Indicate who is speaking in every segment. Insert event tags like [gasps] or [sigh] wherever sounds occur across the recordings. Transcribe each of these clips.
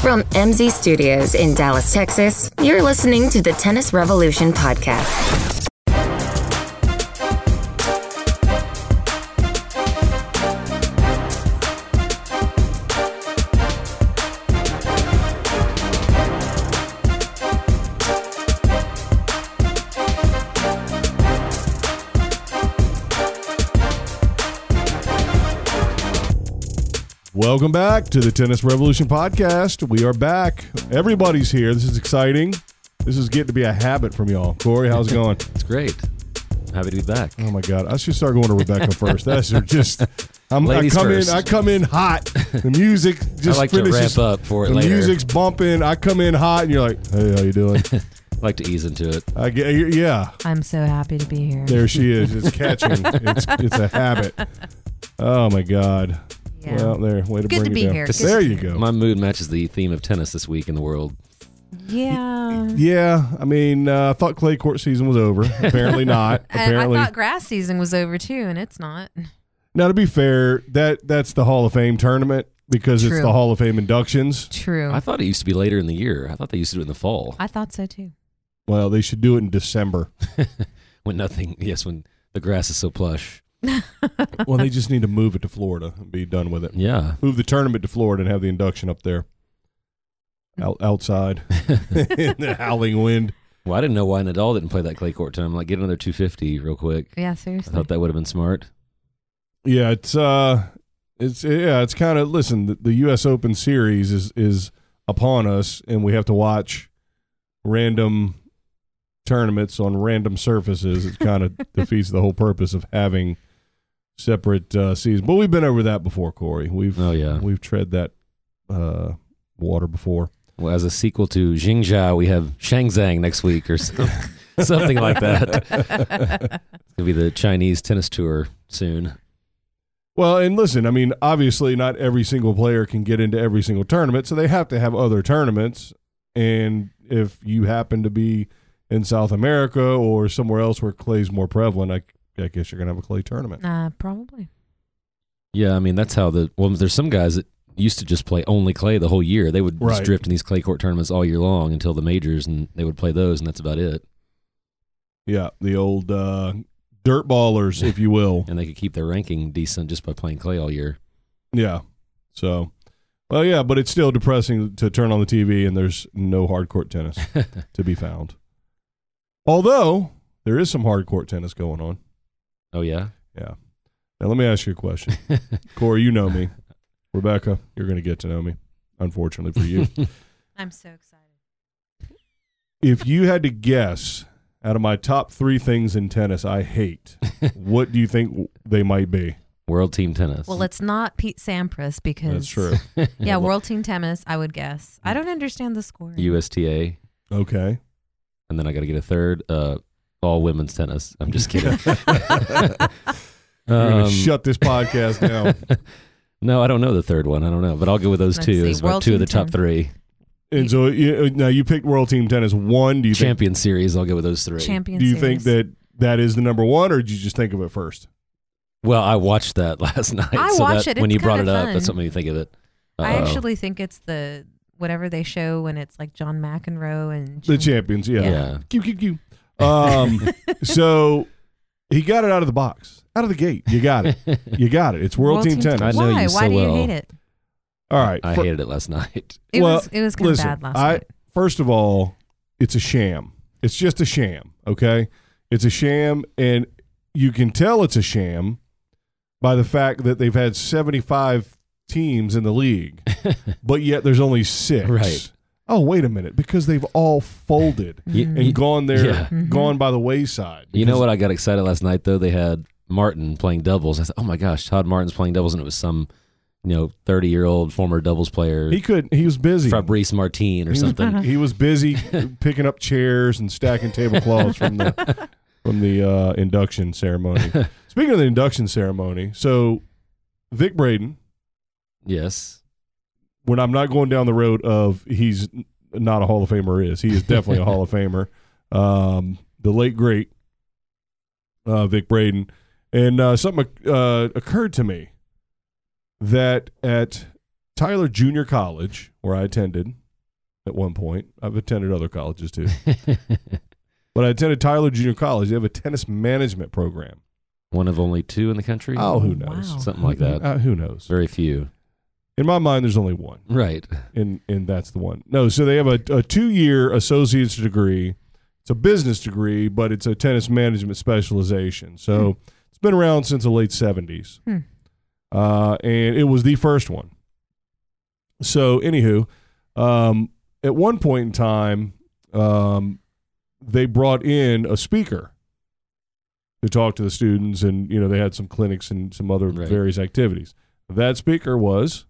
Speaker 1: From MZ Studios in Dallas, Texas, you're listening to the Tennis Revolution Podcast.
Speaker 2: Welcome back to the Tennis Revolution podcast. We are back. Everybody's here. This is exciting. This is getting to be a habit from y'all. Corey, how's it
Speaker 3: [laughs]
Speaker 2: going?
Speaker 3: It's great. Happy to be back.
Speaker 2: Oh my God! I should start going to Rebecca first. That's just. I'm, I
Speaker 3: Ladies
Speaker 2: come
Speaker 3: first.
Speaker 2: in. I come in hot. The
Speaker 3: [laughs]
Speaker 2: music just
Speaker 3: like to
Speaker 2: finishes.
Speaker 3: ramp up for it
Speaker 2: the
Speaker 3: later.
Speaker 2: music's bumping. I come in hot, and you're like, "Hey, how you
Speaker 3: [laughs]
Speaker 2: doing?"
Speaker 3: like to ease into it.
Speaker 2: I get, yeah.
Speaker 4: I'm so happy to be here.
Speaker 2: There she is.
Speaker 4: [laughs]
Speaker 2: It's catching. it's it's a habit. Oh my God.
Speaker 4: Yeah.
Speaker 2: Well, there. Way to
Speaker 4: Good
Speaker 2: bring
Speaker 4: to
Speaker 2: it
Speaker 4: be
Speaker 2: down.
Speaker 4: here.
Speaker 3: This
Speaker 2: There
Speaker 4: is-
Speaker 2: you go.
Speaker 3: My mood matches the theme of tennis this week in the world.
Speaker 4: yeah.
Speaker 2: Yeah, I mean, uh, I thought clay court season was
Speaker 4: [laughs]
Speaker 2: over. Apparently not.
Speaker 4: And I
Speaker 2: Apparently,
Speaker 4: thought grass season was over too, and it's not.
Speaker 2: now to be fair, that that's the Hall of Fame tournament because it's
Speaker 4: True.
Speaker 2: the Hall of Fame inductions.
Speaker 4: [laughs] True.
Speaker 3: I thought it used to be later in the year. I thought they used to do it in the fall
Speaker 4: Oh. I thought so too.
Speaker 2: Well, they should do it in
Speaker 4: [laughs]
Speaker 2: December.
Speaker 3: when nothing. [laughs] Yes, when the grass is so plush.
Speaker 2: well, they just need to move it to Florida and be done with it.
Speaker 3: Yeah, [laughs]
Speaker 2: Move the tournament to Florida and have the induction up there, Out, outside [laughs] in the howling wind.
Speaker 3: Well, I didn't know why Nadal didn't play that clay court time. Like, get another 250 real quick.
Speaker 4: Yeah,
Speaker 3: I
Speaker 4: seriously.
Speaker 3: thought that would have been smart.
Speaker 2: Yeah, it's uh, it's yeah, it's kind of listen. The, the U.S. Open series is is upon us, and we have to watch random tournaments on random surfaces. It kind of defeats the whole purpose of having separate uh, seasons. But we've been over that before, Corey. We've
Speaker 3: Oh, yeah.
Speaker 2: we've tread that uh, water before.
Speaker 3: Well, as a sequel to Xingjia, we have Shangzhang next week or some- something [laughs] like that. It's gonna be the Chinese tennis tour soon.
Speaker 2: Well, and listen, I mean, obviously, not every single player can get into every single tournament, so they have to have other tournaments. And if you happen to be in South America or somewhere else where clay's more prevalent, I, I guess you're gonna have a clay tournament.
Speaker 4: Uh, probably.
Speaker 3: Yeah, I mean that's how the well. There's some guys that used to just play only clay the whole year. They would
Speaker 2: Right.
Speaker 3: just drift in these clay court tournaments all year long until the majors, and they would play those, and that's about it.
Speaker 2: Yeah, the old uh, dirt ballers, if you will.
Speaker 3: And they could keep their ranking decent just by playing clay all year. [laughs]
Speaker 2: Yeah. So, well, yeah, but it's still depressing to turn on the TV and there's no hard court tennis to be found. Although there is some hard court tennis going on.
Speaker 3: Oh yeah,
Speaker 2: Yeah. Now let me ask you a
Speaker 3: [laughs]
Speaker 2: question. Corey, you know me. Rebecca, you're going to get to know me, unfortunately for you.
Speaker 3: [laughs]
Speaker 4: I'm so excited.
Speaker 2: if you had to guess out of my top three things in tennis I hate,
Speaker 3: [laughs]
Speaker 2: what do you think w- they might be?
Speaker 3: world team tennis. [laughs]
Speaker 4: Well, it's not Pete Sampras because
Speaker 2: That's true.
Speaker 4: Yeah, World Team Tennis. I would guess. I don't understand the score.
Speaker 3: USTA,
Speaker 2: Okay.
Speaker 3: and then I got to get a third. Uh, all women's tennis. I'm
Speaker 2: [laughs]
Speaker 3: just [laughs] kidding. [laughs]
Speaker 2: You're going to
Speaker 3: Um,
Speaker 2: shut this podcast
Speaker 3: [laughs]
Speaker 2: down.
Speaker 3: No, I don't know the third one. I don't know, but I'll go with those
Speaker 4: Let's
Speaker 3: two.
Speaker 4: see,
Speaker 3: It's about
Speaker 4: World
Speaker 3: two of
Speaker 4: Team
Speaker 3: the top
Speaker 4: Tennis.
Speaker 3: three.
Speaker 2: And so you, uh, now you picked World Team Tennis one. Do you think,
Speaker 3: Champion Series. I'll go with those three.
Speaker 4: Champion.
Speaker 2: do you think
Speaker 4: Series.
Speaker 2: that that is the number one, or did you just think of it first?
Speaker 3: Well, I watched that [laughs] last night.
Speaker 4: I
Speaker 3: so
Speaker 4: watch
Speaker 3: that,
Speaker 4: it.
Speaker 3: When
Speaker 4: It's
Speaker 3: you brought it
Speaker 4: kinda
Speaker 3: up, that's
Speaker 4: fun.
Speaker 3: what made me think of it.
Speaker 4: I
Speaker 3: Uh-oh.
Speaker 4: actually think it's the whatever they show when it's like John McEnroe and
Speaker 2: The
Speaker 4: Jim-
Speaker 2: champions, yeah.
Speaker 3: Yeah.
Speaker 2: Q, Q, Q.
Speaker 4: [laughs]
Speaker 2: Um, so he got it out of the box, out of the gate. You got it.
Speaker 3: [laughs]
Speaker 2: You got it. It's World, Team, Tennis.
Speaker 3: I know
Speaker 4: Why?
Speaker 3: you
Speaker 4: Why
Speaker 3: so
Speaker 4: do you
Speaker 3: well.
Speaker 4: hate it?
Speaker 2: All right.
Speaker 3: I
Speaker 2: fir-
Speaker 3: hated it
Speaker 2: [laughs]
Speaker 3: last night.
Speaker 4: It
Speaker 2: Well,
Speaker 4: was it was kind of
Speaker 2: listen,
Speaker 4: bad last
Speaker 2: I-
Speaker 4: night.
Speaker 2: First of all, it's a sham. It's just a sham, okay? It's a sham, and you can tell it's a sham by the fact that they've had 75 teams in the
Speaker 3: [laughs]
Speaker 2: league, but yet there's only six.
Speaker 3: Right.
Speaker 2: Oh, wait a minute, because they've all folded
Speaker 3: You,
Speaker 2: and
Speaker 3: you-
Speaker 2: gone there,
Speaker 3: Yeah.
Speaker 4: Mhm.
Speaker 2: gone by the wayside.
Speaker 3: you know what? I got excited last night though. They had Martin playing doubles. I said, "Oh my gosh, Todd Martin's playing doubles," and it was some, you know, thirty-year-old former doubles player,
Speaker 2: He couldn't. He was busy.
Speaker 3: Fabrice Martin
Speaker 2: He
Speaker 3: or
Speaker 2: was- [laughs]
Speaker 3: something. [laughs]
Speaker 2: He was busy picking up chairs and stacking tablecloths from the from the uh, induction ceremony. Speaking of the induction ceremony, so Vic Braden,
Speaker 3: yes. [laughs]
Speaker 2: when I'm not going down the road of he's n- not a Hall of Famer, is he is definitely a Hall of Famer. Um, the late great uh, Vic Braden, and uh, something uh, occurred to me that at Tyler Junior College, where I attended at one point. I've attended other colleges too, but I attended Tyler Junior College. They have a tennis management program.
Speaker 3: One of only two in the country.
Speaker 2: Oh, who knows?
Speaker 4: Wow.
Speaker 3: something like that.
Speaker 2: Uh, who knows?
Speaker 3: Very few.
Speaker 2: In my mind, there's only one.
Speaker 3: Right.
Speaker 2: and and that's the one. No, so they have a, a two year associate's degree. It's a business degree, but it's a tennis management specialization. So it's been around since the late seventies,
Speaker 4: Hmm.
Speaker 2: uh, and it was the first one. So, anywho, um, at one point in time, um, they brought in a speaker to talk to the students, and you know they had some clinics and some other
Speaker 3: Right.
Speaker 2: various activities. That speaker was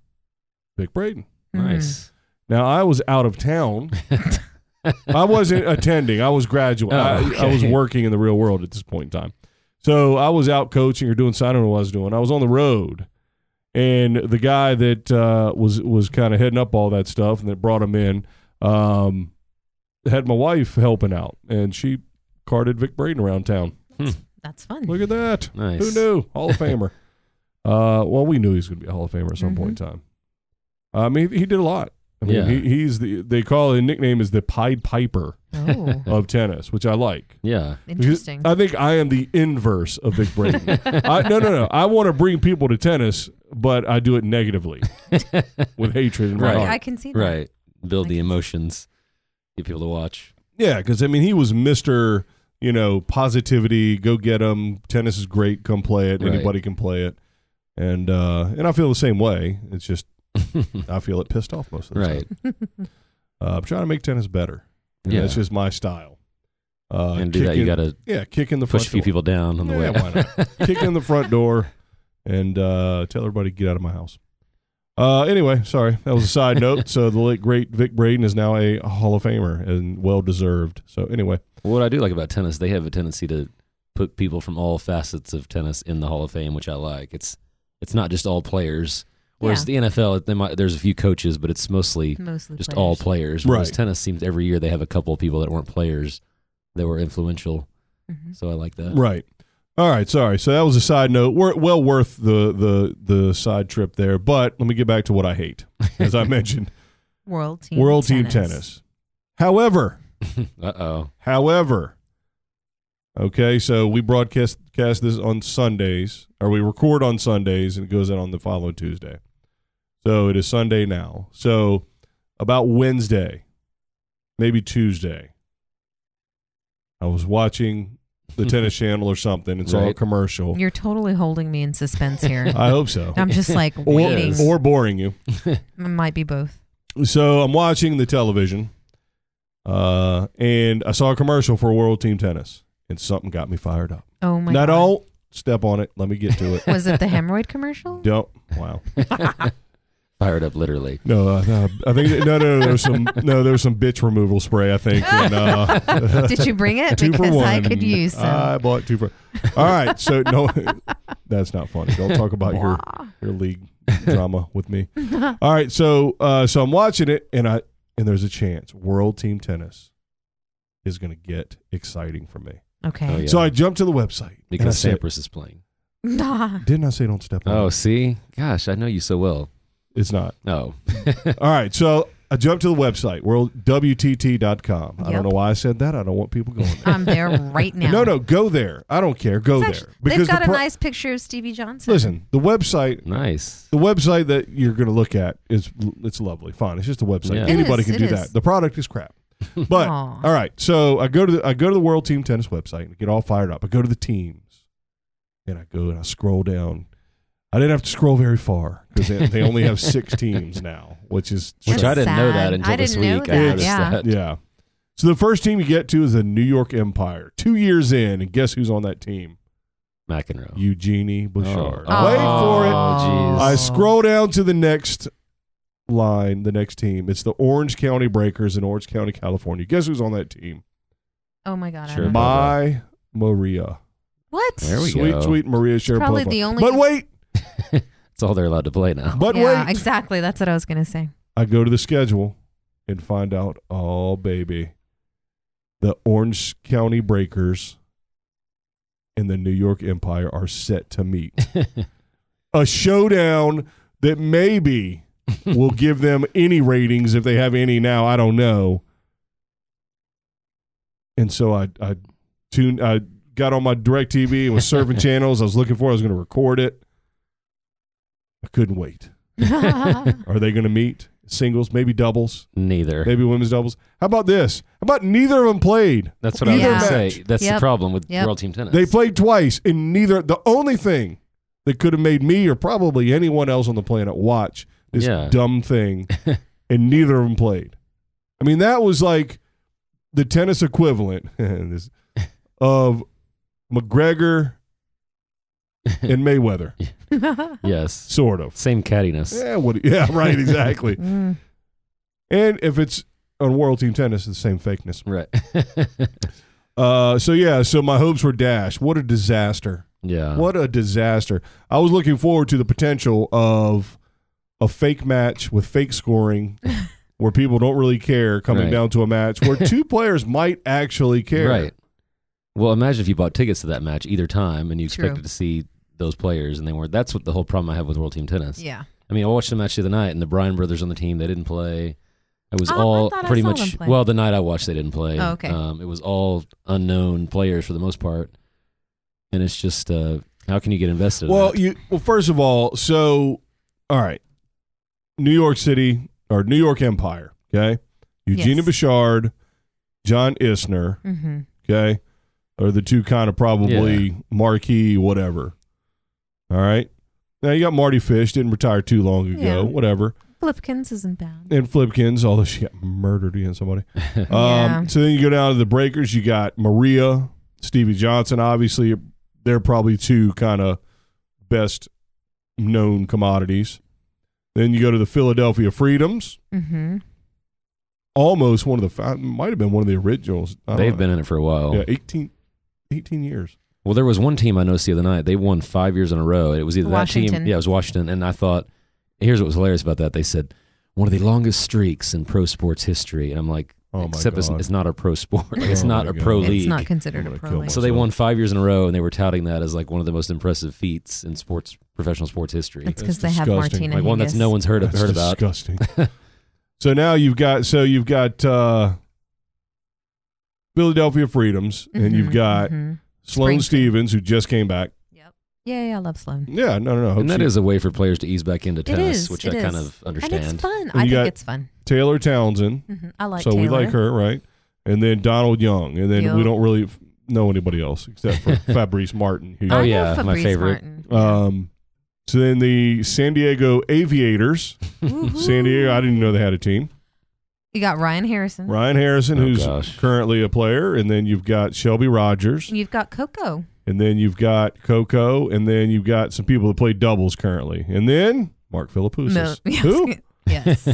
Speaker 2: Vic Braden.
Speaker 4: Mhm.
Speaker 3: Nice.
Speaker 2: Now I was out of
Speaker 3: [laughs]
Speaker 2: town. [laughs] I wasn't attending. I was graduating.
Speaker 3: Oh,
Speaker 2: I, I was
Speaker 3: okay.
Speaker 2: working in the real world at this point in time. So I was out coaching or doing. I don't know what I was doing. I was on the road, and the guy that uh, was was kind of heading up all that stuff and that brought him in um, had my wife helping out, and she carted Vic Braden around town.
Speaker 4: Hmm. That's fun.
Speaker 2: Look at that.
Speaker 3: [laughs] Nice.
Speaker 2: Who knew? Hall of [laughs] Famer. uh, well, we knew he was going to be a Hall of Famer at some point in
Speaker 4: Mm-hmm.
Speaker 2: time. I mean, he, he did a lot. I mean,
Speaker 3: Yeah.
Speaker 2: he, he's the they call his nickname is the Pied Piper
Speaker 4: Oh,
Speaker 2: of tennis, which I like.
Speaker 3: Yeah.
Speaker 2: [laughs]
Speaker 3: [laughs]
Speaker 2: Because
Speaker 4: interesting.
Speaker 2: I think I am the inverse of Vic [laughs] Braden. I, no, no, no. I want to bring people to tennis, but I do it negatively with hatred in my
Speaker 3: Right.
Speaker 2: heart.
Speaker 4: I can see that.
Speaker 3: Right. Build
Speaker 4: I
Speaker 3: the
Speaker 4: can-
Speaker 3: emotions. Get people
Speaker 2: [laughs]
Speaker 3: to watch.
Speaker 2: Yeah, because I mean, he was Mister, you know, positivity. Go get him. Tennis is great. Come play it.
Speaker 3: Right.
Speaker 2: Anybody can play it. And uh, and I feel the same way. It's just I feel it pissed off most of the
Speaker 3: right.
Speaker 2: time. Uh, I'm trying to make tennis better. And
Speaker 3: Yeah.
Speaker 2: that's just my style. Uh,
Speaker 3: and do that. You
Speaker 2: kicking-
Speaker 3: got to
Speaker 2: yeah, kick in the
Speaker 3: push
Speaker 2: front
Speaker 3: a few
Speaker 2: door.
Speaker 3: people down on the
Speaker 2: Yeah,
Speaker 3: way.
Speaker 2: why not? kick in the front door, and uh, tell everybody to get out of my house. Uh, anyway, sorry that was a
Speaker 3: [laughs]
Speaker 2: side note. So the late great Vic Braden is now a Hall of Famer and well deserved. So anyway.
Speaker 3: [laughs] What I do like about tennis, they have a tendency to put people from all facets of tennis in the Hall of Fame, which I like. It's it's not just all players. Whereas the NFL, they might, there's a few coaches, but it's mostly
Speaker 4: Mostly
Speaker 3: just
Speaker 4: players.
Speaker 3: all players. Whereas
Speaker 2: Right.
Speaker 3: tennis seems every year they have a couple of people that weren't players that were influential.
Speaker 4: Mhm.
Speaker 3: So I like that.
Speaker 2: Right. All right. Sorry. So that was a side note. We're well worth the the the side trip there. But let me get back to what I hate, as
Speaker 3: [laughs]
Speaker 2: I mentioned,
Speaker 4: World team.
Speaker 2: world
Speaker 4: tennis.
Speaker 2: team tennis. However,
Speaker 3: [laughs] uh oh.
Speaker 2: however, okay. So we broadcast cast this on Sundays, or we record on Sundays, and it goes out on the following Tuesday. So it is Sunday now. So about Wednesday, maybe Tuesday, I was watching
Speaker 3: [laughs]
Speaker 2: the tennis channel or something. It's all
Speaker 3: Right.
Speaker 2: commercial.
Speaker 3: [laughs]
Speaker 4: You're totally holding me in suspense here.
Speaker 2: I hope so.
Speaker 4: I'm just like
Speaker 3: Or-
Speaker 4: waiting.
Speaker 3: Yes.
Speaker 2: Or boring you.
Speaker 4: It might be both.
Speaker 2: So I'm watching the television, uh, and I saw a commercial for World Team Tennis, and something got me fired up.
Speaker 4: Oh my
Speaker 2: now
Speaker 4: god.
Speaker 2: don't step on it. Let me get to it.
Speaker 4: [laughs] Was it the hemorrhoid
Speaker 2: [laughs]
Speaker 4: commercial?
Speaker 2: don't. Wow.
Speaker 3: Fired up literally.
Speaker 2: No, uh, uh, I think no, no, no. There's some no. There's some bitch removal spray. I think. And,
Speaker 4: [laughs]
Speaker 2: uh,
Speaker 4: Did
Speaker 2: [laughs]
Speaker 4: you bring it?
Speaker 2: two
Speaker 4: because
Speaker 2: for one.
Speaker 4: I could use some.
Speaker 2: I bought two for. All right. So
Speaker 4: [laughs]
Speaker 2: no, [laughs] that's not funny. Don't talk about your your league drama with me. All right, so uh, so I'm watching it, and I and there's a chance World Team Tennis is going to get exciting for me.
Speaker 4: okay.
Speaker 3: Oh,
Speaker 4: [laughs]
Speaker 3: yeah.
Speaker 2: So I jumped to the website and I Uh-huh.
Speaker 3: Because
Speaker 2: said,
Speaker 3: Sampras is playing.
Speaker 4: Nah.
Speaker 2: didn't I say don't step on?
Speaker 3: Oh,
Speaker 2: it?
Speaker 3: see? Gosh, I know you so well.
Speaker 2: It's not.
Speaker 3: Oh.
Speaker 2: All right, so I jumped to the website world WTT.com. I
Speaker 4: Yep.
Speaker 2: don't know why I said that. I don't want people
Speaker 4: [laughs]
Speaker 2: going there.
Speaker 4: I'm there right
Speaker 2: [laughs]
Speaker 4: now.
Speaker 2: No, no, go there. I don't care. Go
Speaker 4: It's
Speaker 2: there
Speaker 4: actually- they've
Speaker 2: the
Speaker 4: got
Speaker 2: pro-
Speaker 4: a nice picture of Stevie Johnson.
Speaker 2: listen. The website.
Speaker 3: [laughs] nice.
Speaker 2: The website that you're going to look at is it's lovely, fine. It's just a website.
Speaker 3: Yeah. It
Speaker 2: Anybody
Speaker 4: is,
Speaker 2: can
Speaker 4: it
Speaker 2: do
Speaker 4: is.
Speaker 2: that. The product is crap. But
Speaker 4: Aw.
Speaker 2: all right, so I go to the, I go to the World Team Tennis website and get all fired up. I go to the teams, and I go and I scroll down. I didn't have to scroll very far because they, they only have
Speaker 4: [laughs]
Speaker 2: six teams now, which is
Speaker 3: Which I
Speaker 4: That's
Speaker 3: didn't know
Speaker 4: sad.
Speaker 3: that until
Speaker 4: I
Speaker 3: this
Speaker 4: didn't know
Speaker 3: week. I
Speaker 4: that,
Speaker 3: noticed
Speaker 4: yeah.
Speaker 3: that.
Speaker 2: yeah. So the first team you get to is the New York Empire. Two years in, and guess who's on that team?
Speaker 3: McEnroe.
Speaker 2: Eugenie Bouchard.
Speaker 3: Oh.
Speaker 2: Wait for it.
Speaker 3: Oh,
Speaker 2: I scroll down to the next line, the next team. It's the Orange County Breakers in Orange County, California. Guess who's on that team?
Speaker 4: Oh my god. I
Speaker 3: Sure.
Speaker 4: don't know.
Speaker 3: Ma-
Speaker 2: My Maria.
Speaker 4: What?
Speaker 3: There we
Speaker 2: sweet,
Speaker 3: go.
Speaker 2: sweet Maria Sharapova.
Speaker 4: probably the only-
Speaker 2: But wait,
Speaker 3: That's all they're allowed to play
Speaker 4: [laughs]
Speaker 3: now. [laughs]
Speaker 2: but
Speaker 4: yeah,
Speaker 2: wait.
Speaker 4: exactly. That's what I was
Speaker 2: [laughs]
Speaker 4: gonna say. [laughs]
Speaker 2: I go to the schedule and find out, oh baby, the Orange County Breakers and the New York Empire are set to meet. A showdown that maybe we'll give them any ratings if they have any now. I don't know. And so I I tuned I got on my direct TV and was surfing channels I was looking for. I was going to record it. I couldn't wait.
Speaker 4: Mm,
Speaker 2: Are they going to meet singles? Maybe doubles.
Speaker 3: Neither.
Speaker 2: Maybe women's doubles. How about this? How about neither of them played?
Speaker 3: That's what I was
Speaker 4: Neither
Speaker 3: going to
Speaker 2: match.
Speaker 3: say. That's the
Speaker 4: Yep.
Speaker 3: problem with
Speaker 4: Yep.
Speaker 3: World Team Tennis.
Speaker 2: They played twice, and neither. The only thing that could have made me or probably anyone else on the planet watch this
Speaker 3: Yeah.
Speaker 2: dumb thing, and neither of them played. I mean, that was like the tennis equivalent [laughs] this- of McGregor and Mayweather,
Speaker 3: [laughs] yes.
Speaker 2: sort
Speaker 3: [laughs]
Speaker 2: of.
Speaker 3: Same cattiness.
Speaker 2: Yeah, what? Yeah, right,
Speaker 4: [laughs]
Speaker 2: exactly.
Speaker 4: Mm.
Speaker 2: and if it's on World Team Tennis, it's the same fakeness.
Speaker 3: Right. [laughs]
Speaker 2: Uh, so yeah, so my hopes were dashed. What a disaster.
Speaker 3: yeah.
Speaker 2: What a disaster. I was looking forward to the potential of a fake match with fake scoring where people don't really care coming
Speaker 3: Right.
Speaker 2: down to a match
Speaker 3: [laughs]
Speaker 2: where two players might actually care.
Speaker 3: Right. Well, imagine if you bought tickets to that match either time and you
Speaker 4: True.
Speaker 3: expected to see those players and they weren't. That's what the whole problem I have with World Team Tennis.
Speaker 4: Yeah.
Speaker 3: I mean, I watched the match the other night and the Bryan brothers on the team, they didn't play. It was
Speaker 4: Oh, I
Speaker 3: all
Speaker 4: thought I
Speaker 3: pretty
Speaker 4: saw them
Speaker 3: much,
Speaker 4: play.
Speaker 3: well, the night I watched, they didn't play.
Speaker 4: Oh, okay.
Speaker 3: Um, it was all unknown players for the most part. And it's just, uh, how can you get invested in
Speaker 2: Well,
Speaker 3: that?
Speaker 2: you well first of all, so all right. New York City or New York Empire, okay? Eugenia
Speaker 4: Yes.
Speaker 2: Bouchard, John Isner,
Speaker 4: Mm-hmm.
Speaker 2: okay, are the two kind of probably marquee, whatever. All right. Now you got Marty Fish, didn't retire too long ago,
Speaker 4: Yeah.
Speaker 2: whatever.
Speaker 4: Flipkins isn't bad.
Speaker 2: And Flipkins, although [laughs] she got murdered against somebody. Um,
Speaker 4: Yeah.
Speaker 2: So then you go down to the Breakers. You got Maria, Stevie Johnson. Obviously, they're probably two kind of best known commodities. Then you go to the Philadelphia Freedoms.
Speaker 4: Mm-hmm.
Speaker 2: Almost one of the, might have been one of the originals. I don't
Speaker 3: They've
Speaker 2: know.
Speaker 3: been in it for a while.
Speaker 2: yeah, 18, 18 years.
Speaker 3: Well, there was one team I noticed the other night. They won five years in a row. It was either that
Speaker 4: Washington.
Speaker 3: team, yeah, it was Washington. And I thought, here's what was hilarious about that. They said one of the longest streaks in pro sports history, and I'm like,
Speaker 2: Oh my
Speaker 3: except it's,
Speaker 2: God.
Speaker 3: it's not a pro sport. [laughs] Like, it's
Speaker 2: Oh
Speaker 3: not
Speaker 2: my
Speaker 3: a
Speaker 2: God.
Speaker 3: pro
Speaker 2: It's
Speaker 3: league.
Speaker 4: It's not considered
Speaker 2: I'm
Speaker 4: a
Speaker 2: gonna
Speaker 4: pro
Speaker 2: kill
Speaker 4: league.
Speaker 3: so they won five years in a row, and they were touting that as like one of the most impressive feats in sports professional sports history.
Speaker 4: That's
Speaker 2: That's
Speaker 4: because they have
Speaker 2: disgusting.
Speaker 4: Martina.
Speaker 3: like one that's
Speaker 4: Hingis.
Speaker 3: no one's heard of,
Speaker 2: That's
Speaker 3: heard about. [laughs]
Speaker 2: disgusting. so now you've got so you've got uh, Philadelphia Freedoms, and you've
Speaker 4: Mhm,
Speaker 2: got
Speaker 4: mhm.
Speaker 2: Sloane
Speaker 4: Springfield.
Speaker 2: Stevens, who just came back.
Speaker 4: Yeah, yeah, I love Sloan.
Speaker 2: Yeah, no, no, no. hope
Speaker 3: And that
Speaker 2: she-
Speaker 3: is a way for players to ease back into tennis,
Speaker 4: is,
Speaker 3: which
Speaker 4: it
Speaker 3: I kind
Speaker 4: is.
Speaker 3: of
Speaker 4: And it's
Speaker 3: understand.
Speaker 4: fun.
Speaker 2: you
Speaker 4: I
Speaker 2: got-
Speaker 4: think it's fun.
Speaker 2: Taylor Townsend.
Speaker 4: hmm I like
Speaker 2: so
Speaker 4: Taylor.
Speaker 2: we like her, right? And then Donald Young, and then we
Speaker 4: Yep.
Speaker 2: don't really f- know anybody else except
Speaker 3: [laughs]
Speaker 2: for Fabrice Martin. Who,
Speaker 3: Oh,
Speaker 4: I know
Speaker 3: yeah, my
Speaker 4: Fabrice
Speaker 3: favorite.
Speaker 4: Martin.
Speaker 2: um, so then the San Diego Aviators. [laughs] San Diego, I didn't know they had a team.
Speaker 4: You got Ryan Harrison.
Speaker 2: Ryan Harrison,
Speaker 3: Oh,
Speaker 2: who's
Speaker 3: gosh.
Speaker 2: currently a player, and then you've got Shelby Rogers.
Speaker 4: You've got Coco.
Speaker 2: and then you've got Coco, and then you've got some people that play doubles currently, and then Mark Philippoussis,
Speaker 4: [laughs] Yes.
Speaker 2: who
Speaker 3: [laughs]
Speaker 4: Yes.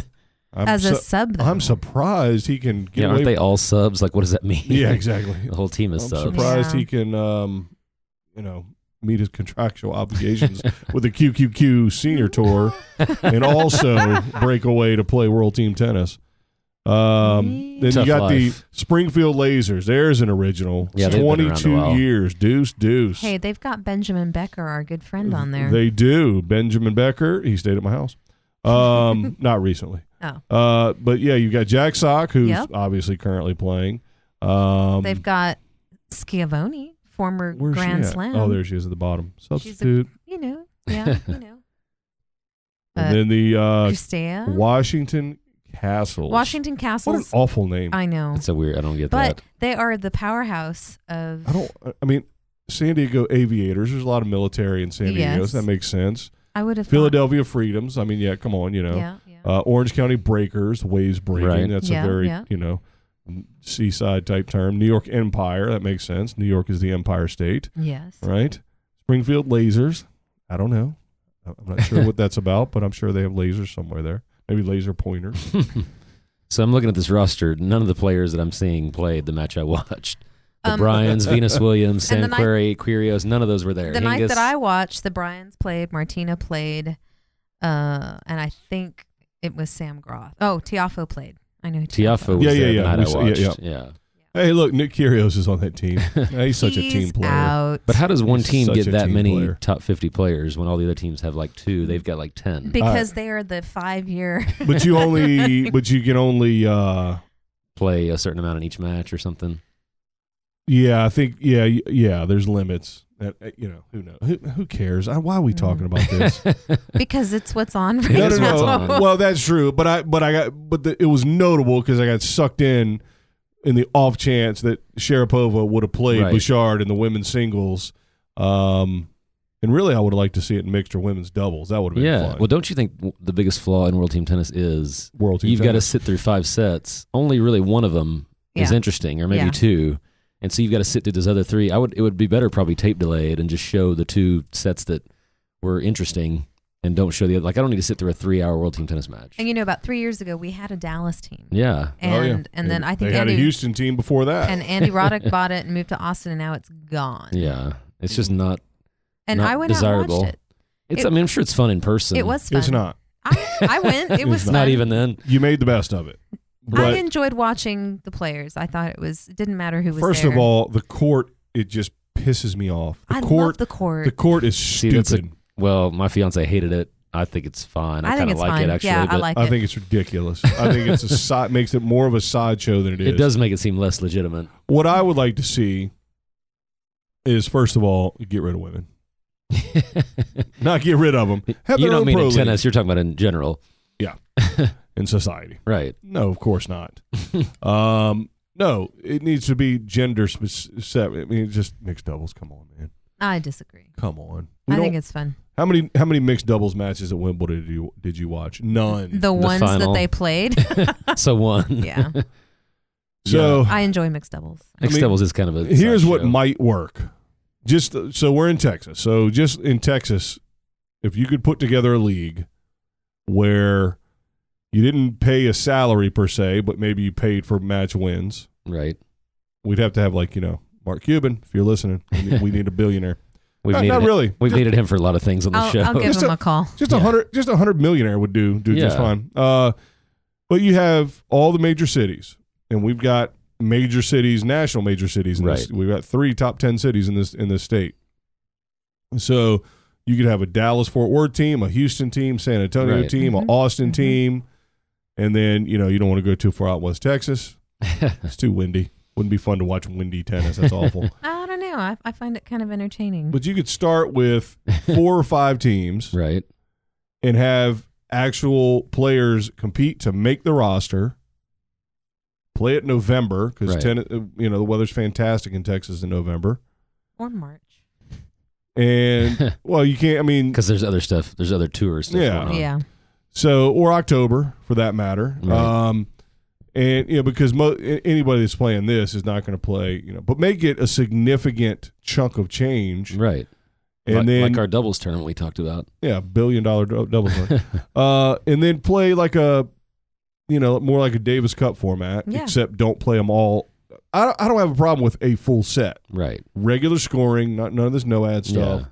Speaker 2: I'm,
Speaker 4: As a
Speaker 2: su-
Speaker 4: sub. though.
Speaker 2: I'm surprised he can get
Speaker 3: yeah,
Speaker 2: away.
Speaker 3: aren't uh, they all subs? Like, what does that mean?
Speaker 2: [laughs]
Speaker 3: [laughs]
Speaker 2: yeah, exactly.
Speaker 3: the whole team
Speaker 2: I'm
Speaker 3: is subs.
Speaker 2: surprised
Speaker 4: Yeah.
Speaker 2: he can, um, you know, meet his contractual obligations [laughs] with the QQQ Senior Tour,
Speaker 3: [laughs]
Speaker 2: and also break away to play World Team Tennis. Um, then
Speaker 3: Tough
Speaker 2: you got
Speaker 3: life.
Speaker 2: the Springfield Lasers. There's an original.
Speaker 3: Yeah, they've been around a
Speaker 2: 22
Speaker 3: while.
Speaker 2: years. Deuce, deuce.
Speaker 4: [gasps] Hey, they've got Benjamin Becker, our good friend, on there.
Speaker 2: They do. Benjamin Becker, he stayed at my house.
Speaker 4: [laughs]
Speaker 2: Um, not recently.
Speaker 4: Oh.
Speaker 2: Uh, but yeah, you've got Jack Sock, who's
Speaker 4: Yep.
Speaker 2: obviously currently playing. Um,
Speaker 4: They've got Schiavone, former
Speaker 2: where's she
Speaker 4: Grand
Speaker 2: at?
Speaker 4: Slam. uh,
Speaker 2: Oh, there she is at the bottom. Substitute.
Speaker 4: You
Speaker 2: [laughs]
Speaker 4: know, yeah, you know. Uh,
Speaker 2: and then the uh,
Speaker 4: Christia.
Speaker 2: Washington Castles.
Speaker 4: Washington
Speaker 2: What an
Speaker 4: Castles.
Speaker 2: awful name. I,
Speaker 4: I know.
Speaker 3: It's so weird. I don't get
Speaker 4: But
Speaker 3: that.
Speaker 4: they are the powerhouse of.
Speaker 2: don't. I mean, San Diego Aviators. There's a lot of military in San Diego.
Speaker 4: Yes.
Speaker 2: So that makes sense.
Speaker 4: I would have. thought-
Speaker 2: Philadelphia Freedoms. I mean, yeah, come on, you know.
Speaker 4: Yeah, yeah.
Speaker 2: Uh, Orange County Breakers, waves breaking.
Speaker 3: Right.
Speaker 2: That's
Speaker 4: Yeah,
Speaker 2: a very
Speaker 4: yeah.
Speaker 2: you know seaside type term. New York Empire. That makes sense. New York is the Empire State,
Speaker 4: yes.
Speaker 2: right? Springfield Lasers. I don't know. I- I'm not sure what that's about, but I'm sure they have lasers somewhere there. Maybe laser pointers.
Speaker 3: So I'm looking at this roster. None of the players that I'm seeing played the match I watched. The
Speaker 4: Um, [laughs]
Speaker 3: Bryans, Venus Williams, Sam
Speaker 4: And the night-
Speaker 3: Querrey, Quirios, none of those were there.
Speaker 4: The night
Speaker 3: Hingis-
Speaker 4: that I watched, the Bryans played, Martina played, uh, and I think it was Sam Groth. Oh, Tiafo played. I know who
Speaker 3: Tiafo was
Speaker 2: Yeah, yeah,
Speaker 3: there
Speaker 2: yeah.
Speaker 3: the night
Speaker 2: We
Speaker 3: I
Speaker 2: saw- yeah,
Speaker 3: watched. Yeah,
Speaker 2: Hey, look, Nick Kyrgios is on that team. He's such a team
Speaker 4: He's
Speaker 2: player.
Speaker 4: Out.
Speaker 3: But how does one
Speaker 2: He's
Speaker 3: team
Speaker 2: such a
Speaker 3: get that
Speaker 2: team
Speaker 3: many
Speaker 2: player.
Speaker 3: top 50 players when all the other teams have like two? They've got like 10.
Speaker 4: because they are the
Speaker 2: [laughs]
Speaker 4: five year.
Speaker 2: But you
Speaker 4: [laughs]
Speaker 2: only, but you can only, uh
Speaker 3: Play a certain amount in each match or something.
Speaker 2: yeah, I think, yeah, y- yeah. There's limits. That, uh, you know, who knows? Who, who cares? I, why are we talking about
Speaker 3: [laughs]
Speaker 2: this?
Speaker 4: because it's what's on right
Speaker 2: no, no,
Speaker 4: now.
Speaker 3: what's
Speaker 2: no. well, that's true. But I, but I got, but the, it was notable because I got sucked in in the off chance that Sharapova would have played
Speaker 3: Right.
Speaker 2: Bouchard in the women's singles. Um, and really, I would have liked to see it in mixed or women's doubles. That would have been
Speaker 3: yeah.
Speaker 2: fun.
Speaker 3: Well, don't you think w- the biggest flaw in world team tennis is
Speaker 2: World team
Speaker 3: you've got to
Speaker 2: tennis.
Speaker 3: sit through five sets? Only really one of them is
Speaker 4: Yeah.
Speaker 3: interesting, or maybe
Speaker 4: Yeah.
Speaker 3: two. And so you've got to sit through those other three. I would it would be better probably tape delayed and just show the two sets that were interesting and don't show the other. Like I don't need to sit through a three hour world team tennis match.
Speaker 4: And you know, about three years ago, we had a Dallas team.
Speaker 3: yeah.
Speaker 4: And,
Speaker 2: Oh, yeah.
Speaker 4: and then I think
Speaker 2: they had a
Speaker 4: Andy,
Speaker 2: Houston team before that.
Speaker 4: and Andy Roddick bought it and moved to Austin, and now it's gone.
Speaker 3: Yeah. It's just not.
Speaker 4: And
Speaker 3: Not
Speaker 4: I went out and
Speaker 3: desirable.
Speaker 4: watched it.
Speaker 3: It's.
Speaker 4: Mm-hmm. It-
Speaker 3: I mean, I'm sure it's fun in person.
Speaker 4: It was fun.
Speaker 2: it's not.
Speaker 4: I, I went. It
Speaker 2: It's
Speaker 3: [laughs]
Speaker 4: was
Speaker 3: It's
Speaker 4: fun.
Speaker 3: not even then.
Speaker 2: You made the best of it.
Speaker 4: I
Speaker 2: But
Speaker 4: enjoyed watching the players. I thought it was. It didn't matter who was
Speaker 2: first
Speaker 4: there.
Speaker 2: of all, the court it just pisses me off. The
Speaker 4: I love
Speaker 2: court,
Speaker 4: the court.
Speaker 2: the court is
Speaker 3: See,
Speaker 2: stupid.
Speaker 3: that's a- Well, my fiance hated it. I think it's fine. I,
Speaker 4: I think
Speaker 3: kind of
Speaker 4: it's
Speaker 3: like
Speaker 4: fun.
Speaker 3: it actually.
Speaker 4: yeah,
Speaker 3: but
Speaker 4: I like
Speaker 2: I
Speaker 4: [laughs] it.
Speaker 2: think it's ridiculous. I think it's a
Speaker 4: [laughs]
Speaker 2: side makes it more of a sideshow than it is.
Speaker 3: it does make it seem less legitimate. [laughs]
Speaker 2: What I would like to see is first of all get rid of women, [laughs] not get rid of them. Have
Speaker 3: you
Speaker 2: their
Speaker 3: don't
Speaker 2: own
Speaker 3: mean
Speaker 2: pro
Speaker 3: in
Speaker 2: league
Speaker 3: tennis. You're talking about in general,
Speaker 2: in society.
Speaker 3: [laughs] right? [laughs]
Speaker 2: No, of course not. um, no, it needs to be gender specific. I mean, just mixed doubles. Come on, man.
Speaker 4: I disagree.
Speaker 2: Come on. We
Speaker 4: I
Speaker 2: don't-
Speaker 4: think it's fun.
Speaker 2: How many how many mixed doubles matches at Wimbledon did you did you watch? None.
Speaker 4: The ones
Speaker 3: final.
Speaker 4: that
Speaker 2: [laughs]
Speaker 4: they played.
Speaker 3: So one.
Speaker 4: yeah,
Speaker 2: so
Speaker 4: I enjoy mixed doubles.
Speaker 3: Mixed
Speaker 2: mean,
Speaker 3: doubles is kind of a.
Speaker 2: here's what
Speaker 3: sideshow.
Speaker 2: might work. Just so we're in Texas. So just in Texas, if you could put together a league where you didn't pay a salary per se, but maybe you paid for match wins,
Speaker 3: right.
Speaker 2: we'd have to have like you know Mark Cuban. If you're listening, we need, we need a billionaire.
Speaker 3: We've
Speaker 2: not,
Speaker 3: needed
Speaker 2: not
Speaker 3: him-
Speaker 2: really.
Speaker 3: We've needed him for a lot of things on the
Speaker 4: I'll,
Speaker 3: show.
Speaker 4: I'll give
Speaker 2: Just
Speaker 4: him
Speaker 2: a-
Speaker 4: a call.
Speaker 2: Just a
Speaker 3: Yeah.
Speaker 2: hundred, just a hundred millionaire would do do just
Speaker 3: Yeah.
Speaker 2: fine. Uh, but you have all the major cities, and we've got major cities, national major cities. In this.
Speaker 3: Right.
Speaker 2: We've got three top ten cities in this in this state. So you could have a Dallas Fort Worth team, a Houston team, San Antonio
Speaker 3: Right.
Speaker 2: team,
Speaker 4: Mhm.
Speaker 2: a Austin
Speaker 4: Mhm.
Speaker 2: team, and then you know you don't want to go too far out West Texas. It's too windy. Wouldn't be fun to watch windy tennis. That's awful.
Speaker 4: I don't know. I, I find it kind of entertaining.
Speaker 2: But you could start with four or five teams
Speaker 3: [laughs] [laughs] right.
Speaker 2: and have actual players compete to make the roster. Play it in November because
Speaker 3: Right.
Speaker 2: you know the weather's fantastic in Texas in November.
Speaker 4: or March.
Speaker 3: [laughs]
Speaker 2: And [laughs] well, you can't. I mean,
Speaker 3: Because there's other stuff. There's other tours. stuff
Speaker 2: Yeah.
Speaker 3: going on.
Speaker 4: Yeah.
Speaker 2: so or October for that matter.
Speaker 3: Right.
Speaker 2: Um, and you know because mo- a- anybody that's playing this is not going to play. You know, but make it a significant chunk of change,
Speaker 3: Right.
Speaker 2: and
Speaker 3: like,
Speaker 2: then
Speaker 3: like our doubles tournament we talked about.
Speaker 2: yeah, billion dollar dou- double.
Speaker 3: [laughs]
Speaker 2: play. uh, and then play like a, you know, more like a Davis Cup format,
Speaker 4: Yeah.
Speaker 2: except don't play them all. I don't, I don't have a problem with a full set,
Speaker 3: Right.
Speaker 2: regular scoring, not none of this no ad stuff.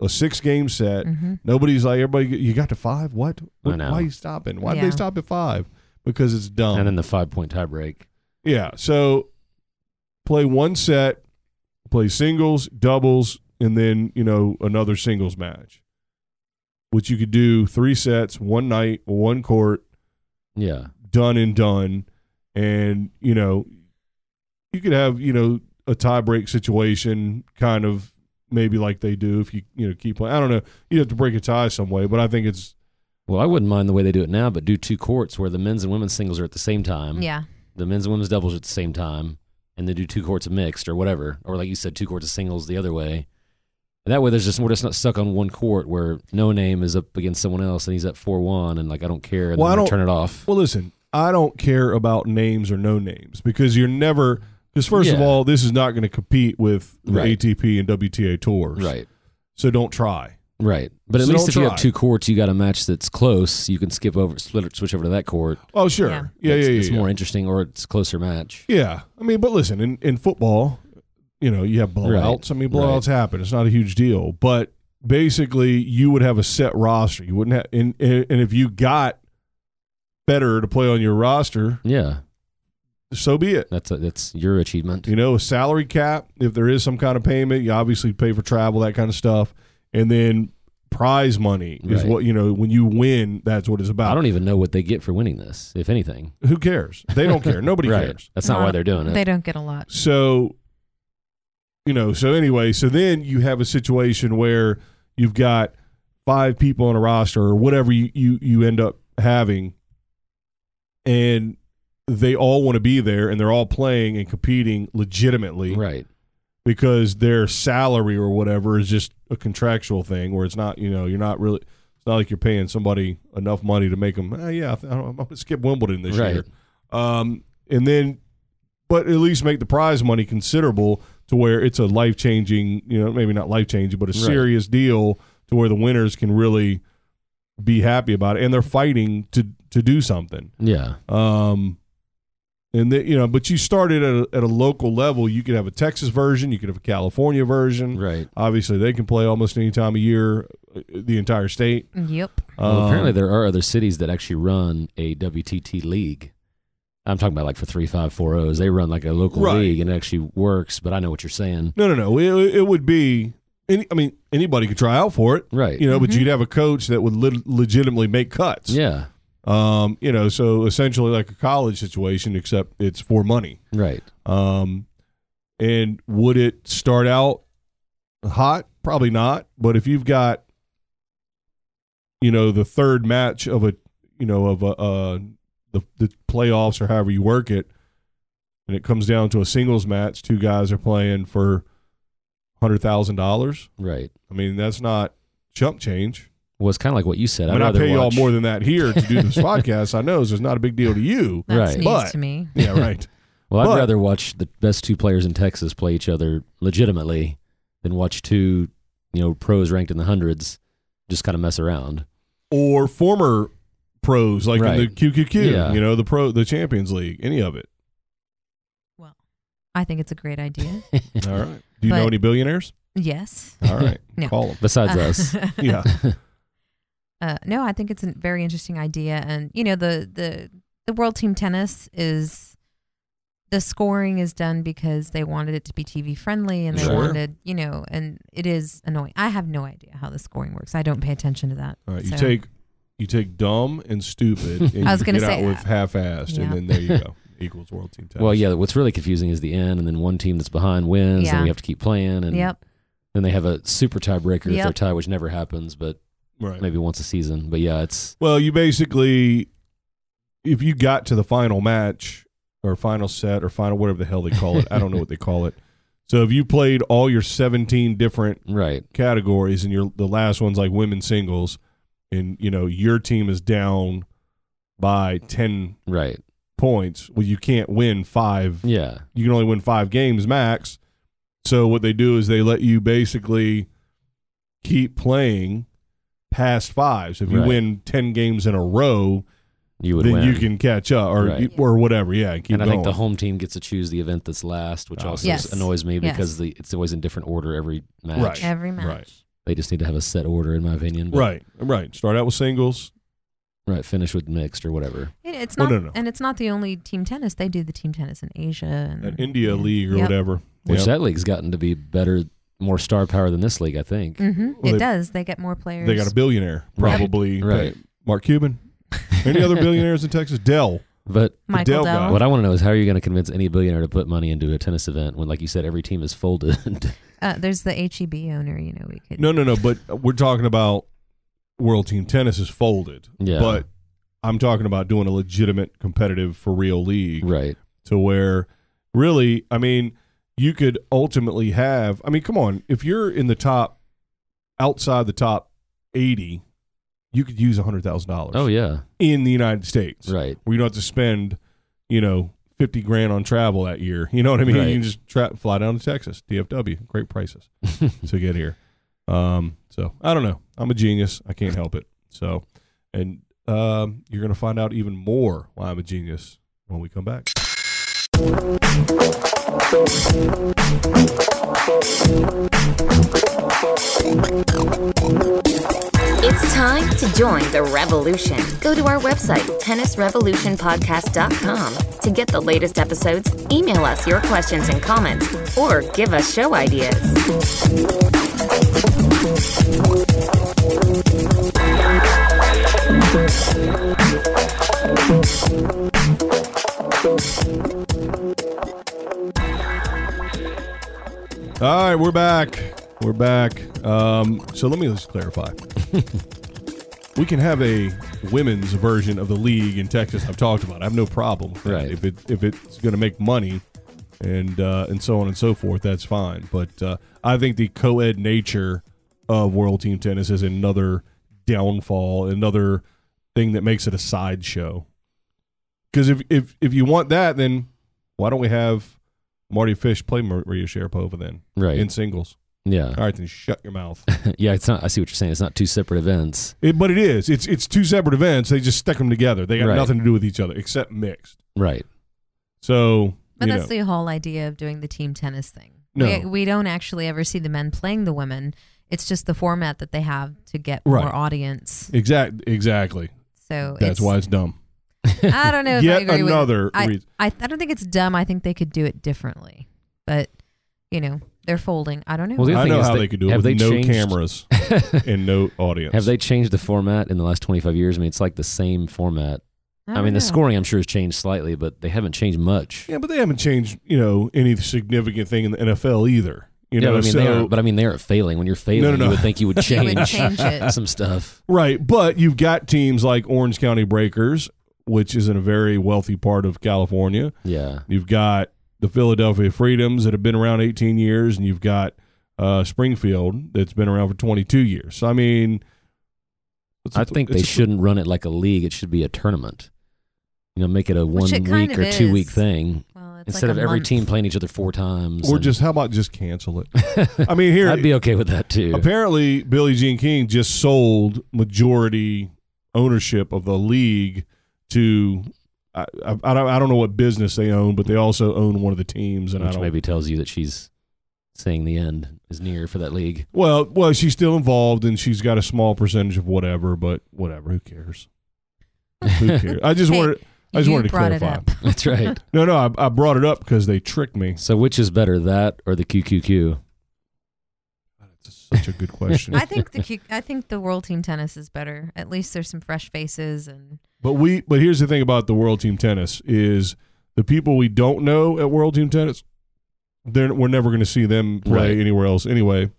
Speaker 2: A six game set.
Speaker 4: hmm
Speaker 2: Nobody's like everybody. You got to five? What?
Speaker 3: Mm-hmm. I know.
Speaker 2: Why are you stopping? Why
Speaker 4: Yeah.
Speaker 2: did they stop at five? Because it's dumb.
Speaker 3: and then the five point tie break.
Speaker 2: Yeah. So play one set, play singles, doubles, and then, you know, another singles match. Which you could do three sets, one night, one court,
Speaker 3: Yeah.
Speaker 2: done and done. And, you know, you could have, you know, a tie break situation kind of maybe like they do if you, you know, keep playing. I don't know. You'd have to break a tie some way, but I think it's
Speaker 3: Well, I wouldn't mind the way they do it now, but do two courts where the men's and women's singles are at the same time.
Speaker 4: Yeah.
Speaker 3: The men's and women's doubles are at the same time, and they do two courts of mixed or whatever, or like you said, two courts of singles the other way. And that way, there's just we're just not stuck on one court where no name is up against someone else and he's at four one and like I don't care. And
Speaker 2: Well,
Speaker 3: then
Speaker 2: I
Speaker 3: we'll
Speaker 2: don't-
Speaker 3: turn it off.
Speaker 2: Well, listen, I don't care about names or no names because you're never. Because first of
Speaker 3: Yeah.
Speaker 2: all, this is not going to compete with the
Speaker 3: Right.
Speaker 2: ATP and WTA tours,
Speaker 3: right.
Speaker 2: So don't try.
Speaker 3: Right. But at
Speaker 2: So
Speaker 3: least
Speaker 2: don't
Speaker 3: if you
Speaker 2: try.
Speaker 3: have two courts, you got a match that's close. You can skip over, split, switch over to that court.
Speaker 2: Oh, sure, yeah,
Speaker 4: Yeah.
Speaker 2: yeah,
Speaker 3: it's,
Speaker 2: yeah.
Speaker 3: It's
Speaker 2: yeah.
Speaker 3: more interesting or it's a closer match.
Speaker 2: Yeah. I mean, but listen, in, in football, you know, you have blowouts. I mean,
Speaker 3: Right.
Speaker 2: blowouts happen. It's not a huge deal, but basically, you would have a set roster. You wouldn't have, and and, and if you got better to play on your roster,
Speaker 3: Yeah.
Speaker 2: so be it.
Speaker 3: That's a, that's your achievement.
Speaker 2: You know, a salary cap, if there is some kind of payment, you obviously pay for travel, that kind of stuff. And then prize money is
Speaker 3: Right.
Speaker 2: what, you know, when you win, that's what it's about.
Speaker 3: I don't even know what they get for winning this, if anything.
Speaker 2: Who cares? They don't
Speaker 3: [laughs]
Speaker 2: care. Nobody
Speaker 3: right.
Speaker 2: cares.
Speaker 3: That's not
Speaker 4: No,
Speaker 3: why they're doing
Speaker 4: They
Speaker 3: it.
Speaker 4: don't get a lot.
Speaker 2: So, you know, so anyway, so then you have a situation where you've got five people on a roster or whatever you, you, you end up having, and they all want to be there and they're all playing and competing legitimately
Speaker 3: Right.
Speaker 2: because their salary or whatever is just a contractual thing where it's not, you know, you're not really, it's not like you're paying somebody enough money to make them, eh, yeah, I th- I don't- I'm going to skip Wimbledon this
Speaker 3: Right.
Speaker 2: year. Um, and then, but at least make the prize money considerable to where it's a life changing, you know, maybe not life changing, but a
Speaker 3: Right.
Speaker 2: serious deal to where the winners can really be happy about it. And they're fighting to, to do something.
Speaker 3: Yeah.
Speaker 2: Um, and the, you know, but you started at a, at a local level. You could have a Texas version. You could have a California version.
Speaker 3: Right.
Speaker 2: Obviously, they can play almost any time of year, uh, the entire state.
Speaker 4: Yep.
Speaker 3: Well, apparently,
Speaker 2: Um,
Speaker 3: there are other cities that actually run a WTT league. I'm talking about like for three five four O's. They run like a local
Speaker 2: Right.
Speaker 3: league and it actually works. But I know what you're saying.
Speaker 2: no, no, no. It, it would be. Any, I mean, anybody could try out for it.
Speaker 3: Right.
Speaker 2: You know, but
Speaker 4: Mhm.
Speaker 2: you'd have a coach that would lit legitimately make cuts.
Speaker 3: Mm-hmm. yeah.
Speaker 2: Um, you know, so essentially like a college situation, except it's for money.
Speaker 3: Right.
Speaker 2: Um, and would it start out hot? Probably not. But if you've got, you know, the third match of a, you know, of a, uh, the the playoffs or however you work it, and it comes down to a singles match, two guys are playing for hundred thousand dollars.
Speaker 3: Right.
Speaker 2: I mean, that's not chump change.
Speaker 3: Well, it's kind of like what you said.
Speaker 2: I mean, I
Speaker 3: I'd rather
Speaker 2: pay y'all
Speaker 3: watch-
Speaker 2: more than that here to do this podcast. I know, so it's not a big deal to you.
Speaker 4: That's
Speaker 3: Right.
Speaker 4: news
Speaker 2: But-
Speaker 4: to me.
Speaker 2: Yeah, [laughs] right.
Speaker 3: Well, I'd
Speaker 2: But-
Speaker 3: rather watch the best two players in Texas play each other legitimately than watch two, you know, pros ranked in the hundreds just kind of mess around.
Speaker 2: [laughs] or former pros like in the
Speaker 3: Right.
Speaker 2: QQQ,
Speaker 3: Yeah.
Speaker 2: you know, the pro the Champions League, any of it.
Speaker 4: I think it's a great idea.
Speaker 2: All right. Do you know
Speaker 4: But-
Speaker 2: any billionaires?
Speaker 4: yes.
Speaker 2: All right.
Speaker 4: [laughs] No.
Speaker 2: Call them.
Speaker 3: Besides
Speaker 2: [laughs]
Speaker 4: [laughs]
Speaker 3: us. [laughs]
Speaker 2: Yeah.
Speaker 4: uh, no, I think it's a very interesting idea, and you know the the the world team tennis is the scoring is done because they wanted it to be TV friendly, and they
Speaker 3: Sure.
Speaker 4: wanted you know, and it is annoying. I have no idea how the scoring works. I don't pay attention to that.
Speaker 2: All right. You
Speaker 4: So-
Speaker 2: take you take dumb and stupid
Speaker 4: [laughs]
Speaker 2: and
Speaker 4: I was
Speaker 2: you
Speaker 4: gonna
Speaker 2: get out
Speaker 4: say, uh,
Speaker 2: with half assed
Speaker 4: yeah.
Speaker 2: and then there you
Speaker 4: [laughs]
Speaker 2: go. Equals world team tennis.
Speaker 3: Well, yeah. What's really confusing is the end, and then one team that's behind wins, and
Speaker 4: Yeah.
Speaker 3: we have to keep playing, and
Speaker 4: Yep.
Speaker 3: then they have a super tiebreaker if they're
Speaker 4: Yep.
Speaker 3: tied, which never happens, but
Speaker 2: Right.
Speaker 3: maybe once a season. But yeah, it's
Speaker 2: Well, you basically if you got to the final match or final set or final whatever the hell they call it. I don't know what they call
Speaker 3: [laughs]
Speaker 2: it. So if you played all your 17 different
Speaker 3: right.
Speaker 2: categories and your the last one's like women's singles and you know your team is down by 10
Speaker 3: Right.
Speaker 2: points well you can't win 5
Speaker 3: Yeah.
Speaker 2: you can only win 5 games max so what they do is they let you basically keep playing past 5 so if you
Speaker 3: Right.
Speaker 2: win 10 games in a row
Speaker 3: You would
Speaker 2: then
Speaker 3: win.
Speaker 2: you can catch up or
Speaker 3: Right.
Speaker 2: or whatever yeah keep
Speaker 3: and I
Speaker 2: going
Speaker 3: think the home team gets to choose the event that's last, which
Speaker 2: Oh,
Speaker 3: also
Speaker 4: Yes.
Speaker 3: annoys me
Speaker 4: Yes.
Speaker 3: because the, it's always in different order every match.
Speaker 2: Right.
Speaker 4: Every match.
Speaker 2: Right.
Speaker 3: They just need to have a set order, in my opinion. but-
Speaker 2: right right start out with singles
Speaker 3: Right. Finish with mixed or whatever.
Speaker 4: It- it's
Speaker 2: Oh,
Speaker 4: not,
Speaker 2: no, no.
Speaker 4: and it's not the only team tennis. They do the team tennis in Asia and
Speaker 2: that India league or
Speaker 4: Yep.
Speaker 2: whatever
Speaker 3: Which
Speaker 2: Yep.
Speaker 3: that league's gotten to be better, more star power than this league, I think.
Speaker 4: hmm
Speaker 2: Well,
Speaker 4: it
Speaker 2: they-
Speaker 4: does. They get more players.
Speaker 2: they got a billionaire
Speaker 3: Right.
Speaker 2: probably
Speaker 3: Right.
Speaker 2: Mark Cuban. Any other billionaires in Texas? Dell.
Speaker 3: But
Speaker 4: Michael
Speaker 2: Dell guy.
Speaker 4: Dell.
Speaker 3: what I want to know is how are you going to convince any billionaire to put money into a tennis event when, like you said, every team is folded? [laughs]
Speaker 4: Uh, there's the HEB owner. You know, we could.
Speaker 2: No, no, no. But we're talking about World Team Tennis is folded.
Speaker 3: Yeah.
Speaker 2: But I'm talking about doing a legitimate, competitive, for real league
Speaker 3: right.
Speaker 2: to where really, I mean, you could ultimately have. I mean, come on. If you're in the top, outside the top 80, you could use $100,000
Speaker 3: Oh, yeah.
Speaker 2: in the United States.
Speaker 3: Right.
Speaker 2: where you don't have to spend, you know, fifty grand on travel that year. You know what I mean?
Speaker 3: Right.
Speaker 2: You can just tra- fly down to Texas, DFW, great
Speaker 3: [laughs]
Speaker 2: prices to get here. Um, so I don't know. I'm a genius. I can't help it. So, and um, you're gonna find out even more why I'm a genius when we come back.
Speaker 1: It's time to join the revolution. Go to our website, tennisrevolutionpodcast.com, To get the latest episodes, email us your questions and comments or give us show ideas.
Speaker 2: All right, we're back. We're back. Um, so let me just clarify. we can have a women's version of the league in Texas. I've talked about. It. I have no problem. with that.
Speaker 3: Right.
Speaker 2: If it if it's going to make money, and uh, and so on and so forth, that's fine. But uh, I think the co-ed nature of World Team Tennis is another downfall, another thing that makes it a sideshow. Because if if if you want that, then why don't we have Marty Fish play Maria Sharapova then?
Speaker 3: Right.
Speaker 2: in singles.
Speaker 3: yeah.
Speaker 2: [laughs]
Speaker 3: [laughs]
Speaker 2: All right, then shut your mouth. [laughs]
Speaker 3: yeah, it's not. I see what you're saying. It's not two separate events.
Speaker 2: It, but it is. It's it's two separate events. They just stick them together. They got
Speaker 3: Right.
Speaker 2: nothing to do with each other except mixed.
Speaker 3: Right.
Speaker 2: So
Speaker 4: But
Speaker 2: you
Speaker 4: that's
Speaker 2: know,
Speaker 4: the whole idea of doing the team tennis thing.
Speaker 2: No.
Speaker 4: We, we don't actually ever see the men playing the women. It's just the format that they have to get
Speaker 2: Right.
Speaker 4: more audience.
Speaker 2: exact exactly.
Speaker 4: So
Speaker 2: That's
Speaker 4: it's,
Speaker 2: why it's dumb.
Speaker 4: [laughs] I don't know. If I
Speaker 2: Yet
Speaker 4: agree
Speaker 2: another
Speaker 4: With, I,
Speaker 2: reason.
Speaker 4: I I don't think it's dumb. I think they could do it differently. But you know, they're folding. I don't know.
Speaker 3: Well, The other
Speaker 2: I
Speaker 3: thing
Speaker 2: know
Speaker 3: is
Speaker 2: how
Speaker 3: that-
Speaker 2: they could do it with
Speaker 3: have they
Speaker 2: no
Speaker 3: changed- [laughs]
Speaker 2: cameras and no audience.
Speaker 3: [laughs] Have they changed the format in the last 25 years? I mean, it's like the same format. I,
Speaker 4: Ah.
Speaker 3: mean, the scoring I'm sure has changed slightly, but they haven't changed much.
Speaker 2: Yeah, but they haven't changed. You know any significant thing in the NFL either. You
Speaker 3: yeah,
Speaker 2: know,
Speaker 3: but I mean,
Speaker 2: so
Speaker 3: they are, but I mean, they aren't failing. When you're failing,
Speaker 2: no, no.
Speaker 3: you would
Speaker 2: [laughs]
Speaker 3: think you would
Speaker 4: You
Speaker 3: change,
Speaker 4: would change
Speaker 3: [laughs]
Speaker 4: it.
Speaker 3: some stuff.
Speaker 2: Right, but you've got teams like Orange County Breakers, which is in a very wealthy part of California.
Speaker 3: Yeah.
Speaker 2: You've got the Philadelphia Freedoms that have been around 18 years, and you've got uh, Springfield that's been around for 22 years. So I mean, it's a-
Speaker 3: I think they
Speaker 2: it's a-
Speaker 3: shouldn't run it like a league. It should be a tournament. You know, make it a one
Speaker 4: Which it kind
Speaker 3: week or
Speaker 4: of
Speaker 3: two week
Speaker 4: is.
Speaker 3: thing
Speaker 4: Well, it's
Speaker 3: instead
Speaker 4: like
Speaker 3: of
Speaker 4: a
Speaker 3: every
Speaker 4: month.
Speaker 3: team playing each other four times.
Speaker 2: Or
Speaker 3: and-
Speaker 2: just how about just cancel it? I mean, here
Speaker 3: [laughs] I'd be okay with that too.
Speaker 2: apparently Billie Jean King just sold majority ownership of the league to. I, I, I don't I don't know what business they own, but they also own one of the teams, and I
Speaker 3: which
Speaker 2: don't
Speaker 3: maybe tells you that she's saying the end is near for that league.
Speaker 2: Well, well, she's still involved, and she's got a small percentage of whatever, but whatever, who cares? [laughs] Who cares? I just
Speaker 4: Hey,
Speaker 2: wanted, I just
Speaker 4: you
Speaker 2: wanted to
Speaker 4: brought
Speaker 2: clarify. [laughs]
Speaker 4: It up.
Speaker 3: [laughs] That's right.
Speaker 2: No, no, I, I brought it up because they tricked me.
Speaker 3: so which is better, that or the QQQ?
Speaker 2: That's such a good question.
Speaker 4: I think the cu- I think the world team tennis is better. At least there's some fresh faces and
Speaker 2: but we, but here's the thing about the World Team Tennis is the people we don't know at World Team Tennis, they're, we're never going to see them play
Speaker 3: Right.
Speaker 2: anywhere else anyway.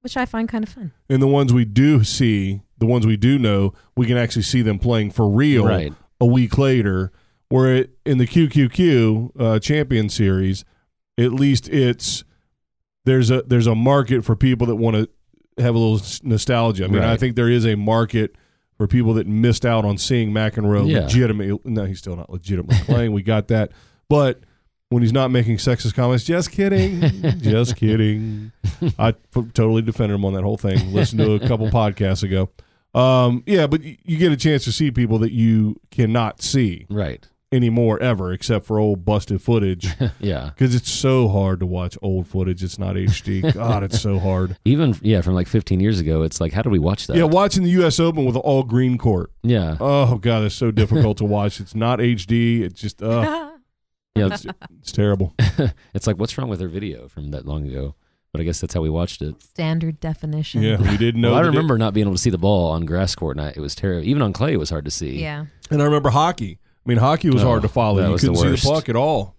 Speaker 4: which I find kind of fun.
Speaker 2: And the ones we do see, the ones we do know, we can actually see them playing for real. [laughs]
Speaker 3: Right. [laughs]
Speaker 2: a week later. Where it, in the QQQ uh, Champion Series, at least it's there's a there's a market for people that want to have a little s- nostalgia. I mean, I
Speaker 3: Right.
Speaker 2: think there is a market for people that missed out on seeing McEnroe
Speaker 3: Yeah.
Speaker 2: legitimately. No, he's still not legitimately [laughs] playing. we got that, but when he's not making sexist comments, just kidding, just kidding. I f- totally defended him on that whole thing. Listened to a
Speaker 3: [laughs]
Speaker 2: couple podcasts ago. Um, yeah, but y- you get a chance to see people that you cannot see
Speaker 3: Right. [laughs]
Speaker 2: anymore ever, except for old busted footage,
Speaker 3: Yeah.
Speaker 2: because it's so hard to watch old footage. It's not
Speaker 3: [laughs]
Speaker 2: HD. God, it's so hard.
Speaker 3: Even yeah, from like 15 years ago, it's like how do we watch that?
Speaker 2: Yeah, watching the U.S. Open with an all green court.
Speaker 3: yeah.
Speaker 2: Oh God, it's so difficult to watch. It's not HD. It's just uh,
Speaker 4: [laughs]
Speaker 3: Yeah,
Speaker 2: it's, it's terrible.
Speaker 3: It's like what's wrong with their video from that long ago? But I guess that's how we watched it.
Speaker 4: Standard definition.
Speaker 2: Yeah, we didn't know.
Speaker 3: well, I
Speaker 2: that it-
Speaker 3: remember not being able to see the ball on grass court, and I, it was terrible. Even on clay, it was hard to see.
Speaker 4: Yeah.
Speaker 2: And I remember hockey. I mean, hockey was
Speaker 3: Oh,
Speaker 2: hard to follow.
Speaker 3: that
Speaker 2: You
Speaker 3: was the
Speaker 2: couldn't see the
Speaker 3: worst.
Speaker 2: puck at all.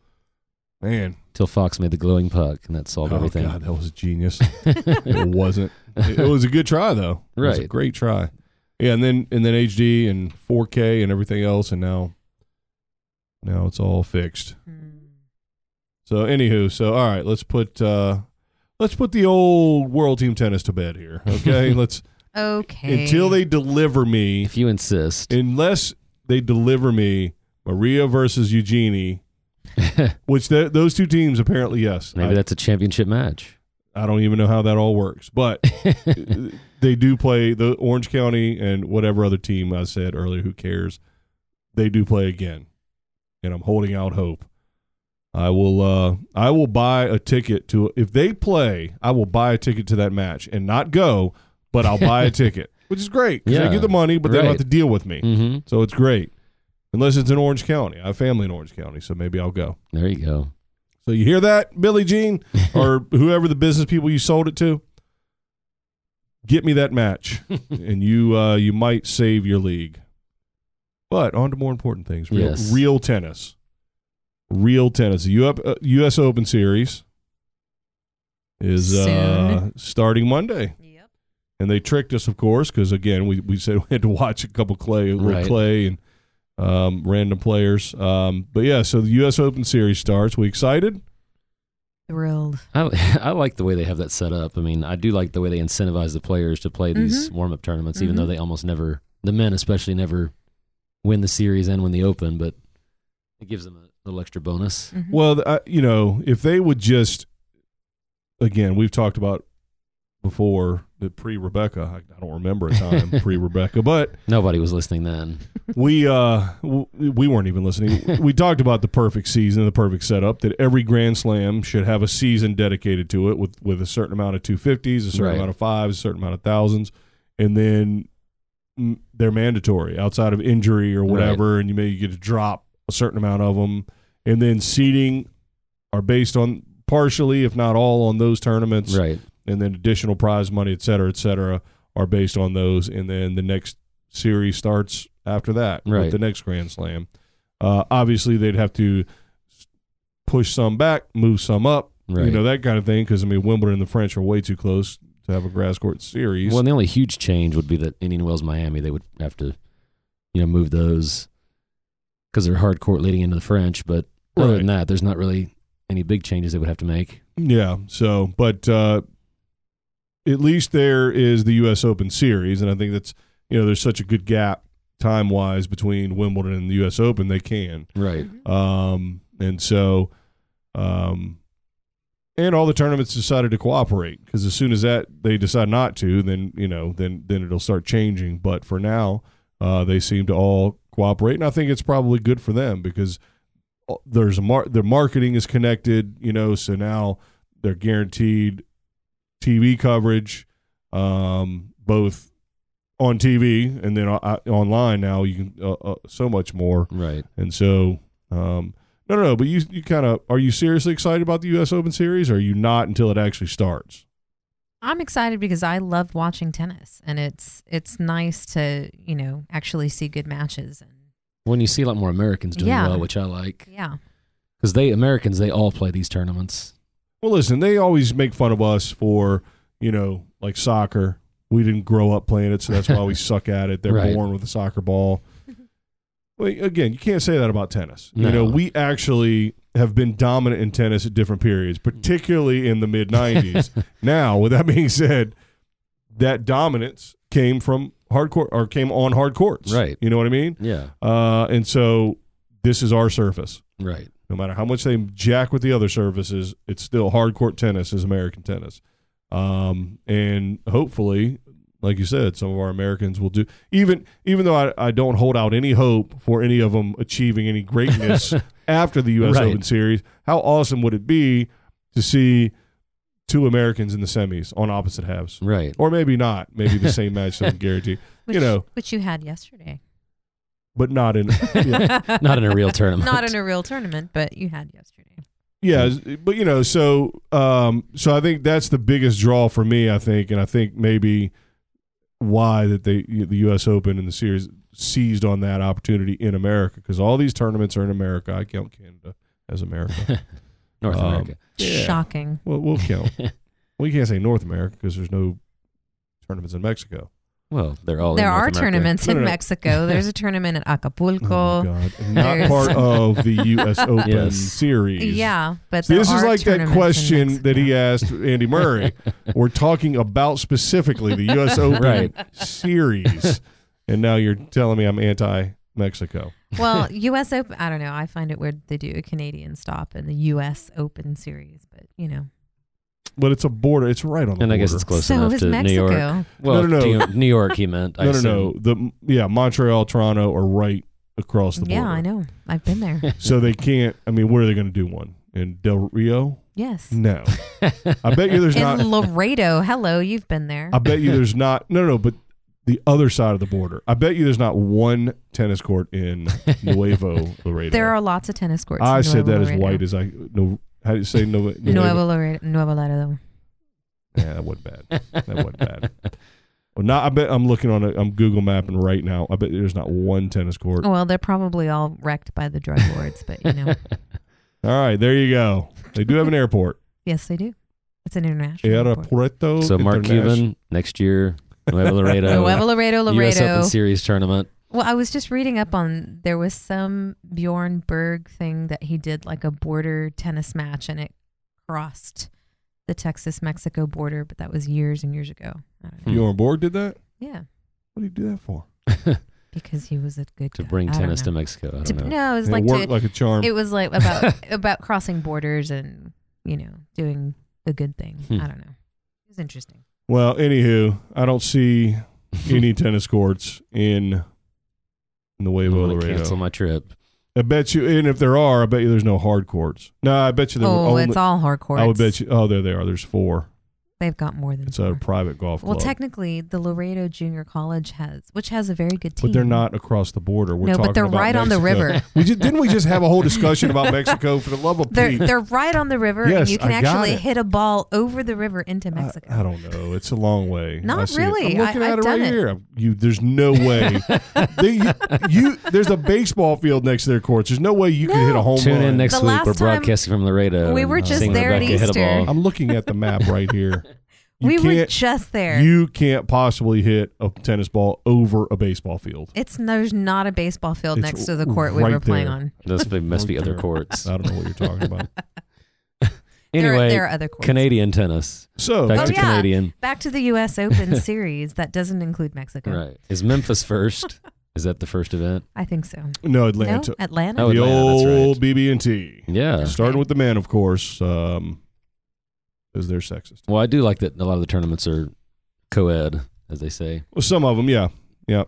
Speaker 2: Man, Oh,
Speaker 3: Till Fox made the glowing puck, and that solved everything. [laughs]
Speaker 2: God, that was genius. it wasn't. It, it was a good try though. It was a
Speaker 3: Right.
Speaker 2: great try. Yeah, and then and then HD and 4K and everything else, and now now it's all fixed.
Speaker 4: Hmm.
Speaker 2: So anywho, so all right, let's put uh let's put the old world team tennis to bed here.
Speaker 3: [laughs]
Speaker 2: Okay, let's
Speaker 4: Okay.
Speaker 2: until they deliver me
Speaker 3: If you insist,
Speaker 2: unless they deliver me Maria versus Eugenie, which th- those two teams apparently yes.
Speaker 3: [laughs] maybe
Speaker 2: I,
Speaker 3: that's a championship match.
Speaker 2: I don't even know how that all works, but they do play the Orange County and whatever other team I said earlier. Who cares? They do play again, and I'm holding out hope. I will. Uh, I will buy a ticket to if they play. I will buy a ticket to that match and not go,
Speaker 3: [laughs]
Speaker 2: but I'll buy a ticket, which is great. 'cause
Speaker 3: Yeah,
Speaker 2: they get the money, but they don't
Speaker 3: [laughs] right.
Speaker 2: have to deal with me.
Speaker 3: hmm
Speaker 2: So it's great. unless it's in Orange County. I have family in Orange County, so maybe I'll go.
Speaker 3: There you go.
Speaker 2: So you hear that, Billie Jean, [laughs] or whoever the business people you sold it to? Get me that
Speaker 3: [laughs]
Speaker 2: match, and you uh, you might save your league. But on to more important things: real,
Speaker 3: Yes.
Speaker 2: real tennis, real tennis. The U- uh, U.S. Open Series is uh, starting Monday,
Speaker 4: Yep.
Speaker 2: and they tricked us, of course, because again, we, we said [laughs] we had to watch a couple clay, a little
Speaker 3: Right.
Speaker 2: clay, and um, random players. Um, but yeah, so the U.S. Open Series starts. We excited?
Speaker 4: Thrilled.
Speaker 3: I, I like the way they have that set up. I mean, I do like the way they incentivize the players to play these warm up tournaments, even though
Speaker 4: Mhm.
Speaker 3: they almost never, the men especially, never win the series and win the Open, but it gives them a little extra bonus.
Speaker 4: Mhm.
Speaker 2: Well, th- I, you know, if they would just, again, we've talked about before the pre Rebecca. I, I don't remember a time pre Rebecca, but
Speaker 3: Nobody was listening then.
Speaker 2: we uh w- we weren't even listening. we talked about the perfect season, the perfect setup that every Grand Slam should have a season dedicated to it with with a certain amount of 250s, a certain
Speaker 3: Right.
Speaker 2: amount of fives, a certain amount of thousands, and then mm, they're mandatory outside of injury or whatever and you may get to drop a certain amount of them and then seeding are based on partially if not all on those tournaments
Speaker 3: Right.
Speaker 2: and then additional prize money, et cetera, et cetera, are based on those. And then the next series starts after that
Speaker 3: Right.
Speaker 2: with the next Grand Slam. Uh, obviously, they'd have to s- push some back, move some up, you
Speaker 3: Right.
Speaker 2: know, that kind of thing. Because, I mean, Wimbledon and the French are way too close to have a grass court series.
Speaker 3: Well, the only huge change would be that Indian Wells, Miami, they would have to, you know, move those because they're hard court leading into the French. But other than that, there's not really any big changes they would have to make.
Speaker 2: Yeah. So, but uh, at least there is the U.S. Open series, and I think that's you know there's such a good gap time wise between Wimbledon and the U.S. Open. They can
Speaker 3: Right.
Speaker 2: Um, and so, um, and all the tournaments decided to cooperate because as soon as that they decide not to, then you know, then then it'll start changing. But for now, uh, they seem to all cooperate, and I think it's probably good for them because uh, there's a mar- their marketing is connected, you know, so now they're guaranteed TV coverage, um, both on TV and then o- o- online. Now you can uh, uh, so much more
Speaker 3: Right.
Speaker 2: and so, um, no, no, no. But you, you kind of are you seriously excited about the U.S. Open Series? Or are you not until it actually starts?
Speaker 4: I'm excited because I love watching tennis, and it's it's nice to you know actually see good matches. And
Speaker 3: When you see a lot more Americans doing
Speaker 4: Yeah.
Speaker 3: well, which I like,
Speaker 4: yeah,
Speaker 3: because they Americans they all play these tournaments.
Speaker 2: Well, listen, they always make fun of us for you know like soccer. We didn't grow up playing it, so that's
Speaker 3: [laughs]
Speaker 2: why we suck at it. They're
Speaker 3: Right.
Speaker 2: born with a soccer
Speaker 3: [laughs]
Speaker 2: ball. Well, again, you can't say that about tennis. You know,
Speaker 3: No.
Speaker 2: we actually have been dominant in tennis at different periods,
Speaker 3: Mm-hmm.
Speaker 2: particularly in the mid '90s. now, with that being said, that dominance came from hardcore or came on hard courts.
Speaker 3: Right.
Speaker 2: You know what I mean?
Speaker 3: [laughs] Yeah.
Speaker 2: Uh, and so this is our surface.
Speaker 3: Right.
Speaker 2: No matter how much they jack with the other surfaces, it's still hard court tennis is American tennis. Um, and hopefully, like you said, some of our Americans will do. Even even though I, I don't hold out any hope for any of them achieving any greatness after the U.S.
Speaker 3: Right.
Speaker 2: Open Series, how awesome would it be to see two Americans in the semis on opposite halves?
Speaker 3: [laughs] Right.
Speaker 2: Or maybe not. Maybe the same match doesn't guarantee,
Speaker 4: which,
Speaker 2: know.
Speaker 4: which you had yesterday,
Speaker 2: but not in
Speaker 3: [laughs]
Speaker 4: [laughs]
Speaker 3: Not in a real tournament.
Speaker 4: not in a real tournament, but you had yesterday.
Speaker 2: Yeah, s- but you know, so um, so I think that's the biggest draw for me. I think, and I think maybe why that they the U.S. Open and the series seized on that opportunity in America because all these tournaments are in America. I count Canada as America.
Speaker 3: [laughs] North
Speaker 2: Um,
Speaker 3: America.
Speaker 2: Yeah.
Speaker 4: Shocking.
Speaker 2: Well, we'll count. we can't say North America because there's no tournaments in Mexico.
Speaker 3: [laughs] Well, they're all in
Speaker 4: there
Speaker 3: North
Speaker 4: are
Speaker 3: America.
Speaker 4: tournaments
Speaker 2: No, no,
Speaker 4: in
Speaker 2: no.
Speaker 4: Mexico. There's a tournament in
Speaker 2: [laughs] Oh my
Speaker 4: Acapulco.
Speaker 2: God. Not
Speaker 4: There's- [laughs]
Speaker 2: part of the U.S. Open
Speaker 3: Yes.
Speaker 2: series.
Speaker 4: yeah, but
Speaker 2: See,
Speaker 4: there
Speaker 2: this is
Speaker 4: are
Speaker 2: like that
Speaker 4: tournaments in
Speaker 2: question that he
Speaker 4: Mexico.
Speaker 2: asked Andy
Speaker 4: [laughs]
Speaker 2: Murray. We're talking about specifically the U.S. Open
Speaker 3: Right.
Speaker 2: series, and now you're telling me I'm anti-Mexico. [laughs]
Speaker 4: well, U.S. Open. I don't know. I find it weird they do a Canadian stop in the U.S. Open series, but you know,
Speaker 2: But it's a border. It's right on the
Speaker 3: [laughs] And
Speaker 2: border.
Speaker 3: I guess it's close
Speaker 4: so
Speaker 3: enough
Speaker 4: is
Speaker 3: to
Speaker 4: Mexico.
Speaker 3: New York. Well,
Speaker 2: no, no.
Speaker 3: New York, he meant. I
Speaker 2: no, no,
Speaker 3: assume.
Speaker 2: no. The yeah, Montreal, Toronto are right across the border.
Speaker 4: Yeah, I know. I've been there.
Speaker 3: [laughs]
Speaker 2: So they can't. I mean, where are they going to do one in Del Rio?
Speaker 4: yes.
Speaker 2: No, I bet you [laughs] there's
Speaker 3: [laughs]
Speaker 4: in
Speaker 2: not.
Speaker 4: Laredo. Hello, you've been there.
Speaker 2: I bet you there's not. No, no. But the other side of the border. I bet you there's not one tennis court in Nuevo Laredo.
Speaker 4: There are lots of tennis courts.
Speaker 2: I
Speaker 4: in
Speaker 2: said
Speaker 4: Nuevo
Speaker 2: that as
Speaker 4: Laredo.
Speaker 2: white as I no. How do you say Nuevo?
Speaker 4: Nuevo Laredo. Nuevo Laredo.
Speaker 2: Yeah, that wasn't bad. That wasn't bad. Well, not. I bet I'm looking on. A, I'm Google mapping right now. I bet there's not one tennis court.
Speaker 4: Well, they're probably all wrecked by the drug lords, but
Speaker 2: [laughs]
Speaker 4: you know,
Speaker 2: All right, there you go. They do have an
Speaker 4: [laughs]
Speaker 2: airport.
Speaker 4: yes, they do. It's an international. airport.
Speaker 2: Aeropuerto.
Speaker 3: so Mark
Speaker 2: International-
Speaker 3: Cuban next year, Nuevo Laredo,
Speaker 4: Nuevo Laredo,
Speaker 3: U.S.
Speaker 4: Laredo.
Speaker 3: Open Series tournament. [laughs]
Speaker 4: Well, I was just reading up on there was some Bjorn Berg thing that he did like a border tennis match and it crossed the Texas Mexico border, but that was years and years ago.
Speaker 3: Hmm.
Speaker 4: I don't know.
Speaker 2: Bjorn Borg did that.
Speaker 4: Yeah,
Speaker 2: What did he do that for?
Speaker 3: to
Speaker 4: because he was a good guy.
Speaker 3: bring
Speaker 4: I don't
Speaker 3: tennis to
Speaker 4: know.
Speaker 3: Mexico. I
Speaker 4: To-
Speaker 3: don't know.
Speaker 4: No, it was
Speaker 2: And
Speaker 4: like
Speaker 2: it worked
Speaker 4: to,
Speaker 2: like a charm.
Speaker 4: it was like
Speaker 2: [laughs]
Speaker 4: about about crossing borders and you know doing a good thing.
Speaker 3: Hmm.
Speaker 4: I don't know. It was interesting.
Speaker 2: well, anywho, I don't see
Speaker 4: Hmm.
Speaker 2: any tennis courts in
Speaker 3: I'm
Speaker 2: Nuevo
Speaker 3: gonna
Speaker 2: Laredo.
Speaker 3: cancel my trip.
Speaker 2: I bet you, and if there are, I bet you there's no hard courts. No, I bet you there
Speaker 4: oh,
Speaker 2: were only.
Speaker 4: it's all hardcore.
Speaker 2: I would bet you. Oh, there they are. There's four.
Speaker 4: they've got more than
Speaker 2: It's
Speaker 4: four.
Speaker 2: a private golf
Speaker 4: Well,
Speaker 2: club,
Speaker 4: technically, the Laredo Junior College has, which has a very good team.
Speaker 2: but they're not across the border. We're
Speaker 4: no,
Speaker 2: talking
Speaker 4: but they're
Speaker 2: about
Speaker 4: right on the
Speaker 2: Mexico. [laughs]
Speaker 4: river.
Speaker 2: We just, didn't we just have a whole discussion
Speaker 4: [laughs]
Speaker 2: about Mexico for the love of
Speaker 4: They're
Speaker 2: Pete?
Speaker 4: they're right on the river,
Speaker 2: Yes,
Speaker 4: and you can
Speaker 2: I got
Speaker 4: actually
Speaker 2: it.
Speaker 4: hit a ball over the river into
Speaker 2: I,
Speaker 4: Mexico.
Speaker 2: I don't know. It's a long way.
Speaker 4: Not
Speaker 2: I see it. I'm
Speaker 4: really.
Speaker 2: looking
Speaker 4: I-
Speaker 2: at
Speaker 4: I've
Speaker 2: it right
Speaker 4: done it.
Speaker 2: here. I'm- You, there's no
Speaker 4: [laughs]
Speaker 2: way. They- you, you- there's a baseball field next to their courts. There's no way you could hit a home
Speaker 3: Tune
Speaker 2: run.
Speaker 3: in next
Speaker 4: The
Speaker 3: week. We're
Speaker 4: last time
Speaker 3: broadcasting from Laredo.
Speaker 4: we
Speaker 3: and
Speaker 4: were just
Speaker 3: seeing
Speaker 4: there at
Speaker 3: Rebecca hit a
Speaker 4: Easter.
Speaker 3: ball.
Speaker 2: I'm looking at the map right here. You
Speaker 4: [laughs] we were
Speaker 2: can't-
Speaker 4: just there.
Speaker 2: You can't possibly hit a tennis ball over a baseball field.
Speaker 4: it's there's not a baseball field
Speaker 2: It's
Speaker 4: next to the court we
Speaker 2: right
Speaker 4: were playing
Speaker 2: there.
Speaker 4: on.
Speaker 3: Those must
Speaker 4: Oh,
Speaker 3: be other
Speaker 2: Sure.
Speaker 3: courts.
Speaker 2: I don't know what you're talking
Speaker 4: [laughs]
Speaker 2: about.
Speaker 4: There are-
Speaker 3: Anyway,
Speaker 4: there, are other courts.
Speaker 3: Canadian tennis.
Speaker 2: So,
Speaker 3: Back
Speaker 4: Oh,
Speaker 3: to
Speaker 4: yeah.
Speaker 3: Canadian.
Speaker 4: Back to the U.S.
Speaker 2: [laughs]
Speaker 4: Open series that doesn't include Mexico.
Speaker 3: Right. Is Memphis
Speaker 4: [laughs]
Speaker 3: first? Is that the first event?
Speaker 4: I think so.
Speaker 2: no Atlanta.
Speaker 4: No, Atlanta.
Speaker 3: Oh,
Speaker 2: the
Speaker 3: Atlanta, that's right.
Speaker 2: old BB&T.
Speaker 3: Yeah.
Speaker 2: Starting with the man, of course, um, is they're sexist.
Speaker 3: Well, I do like that a lot of the tournaments are co-ed, as they say.
Speaker 2: Well, some of them, yeah, yeah.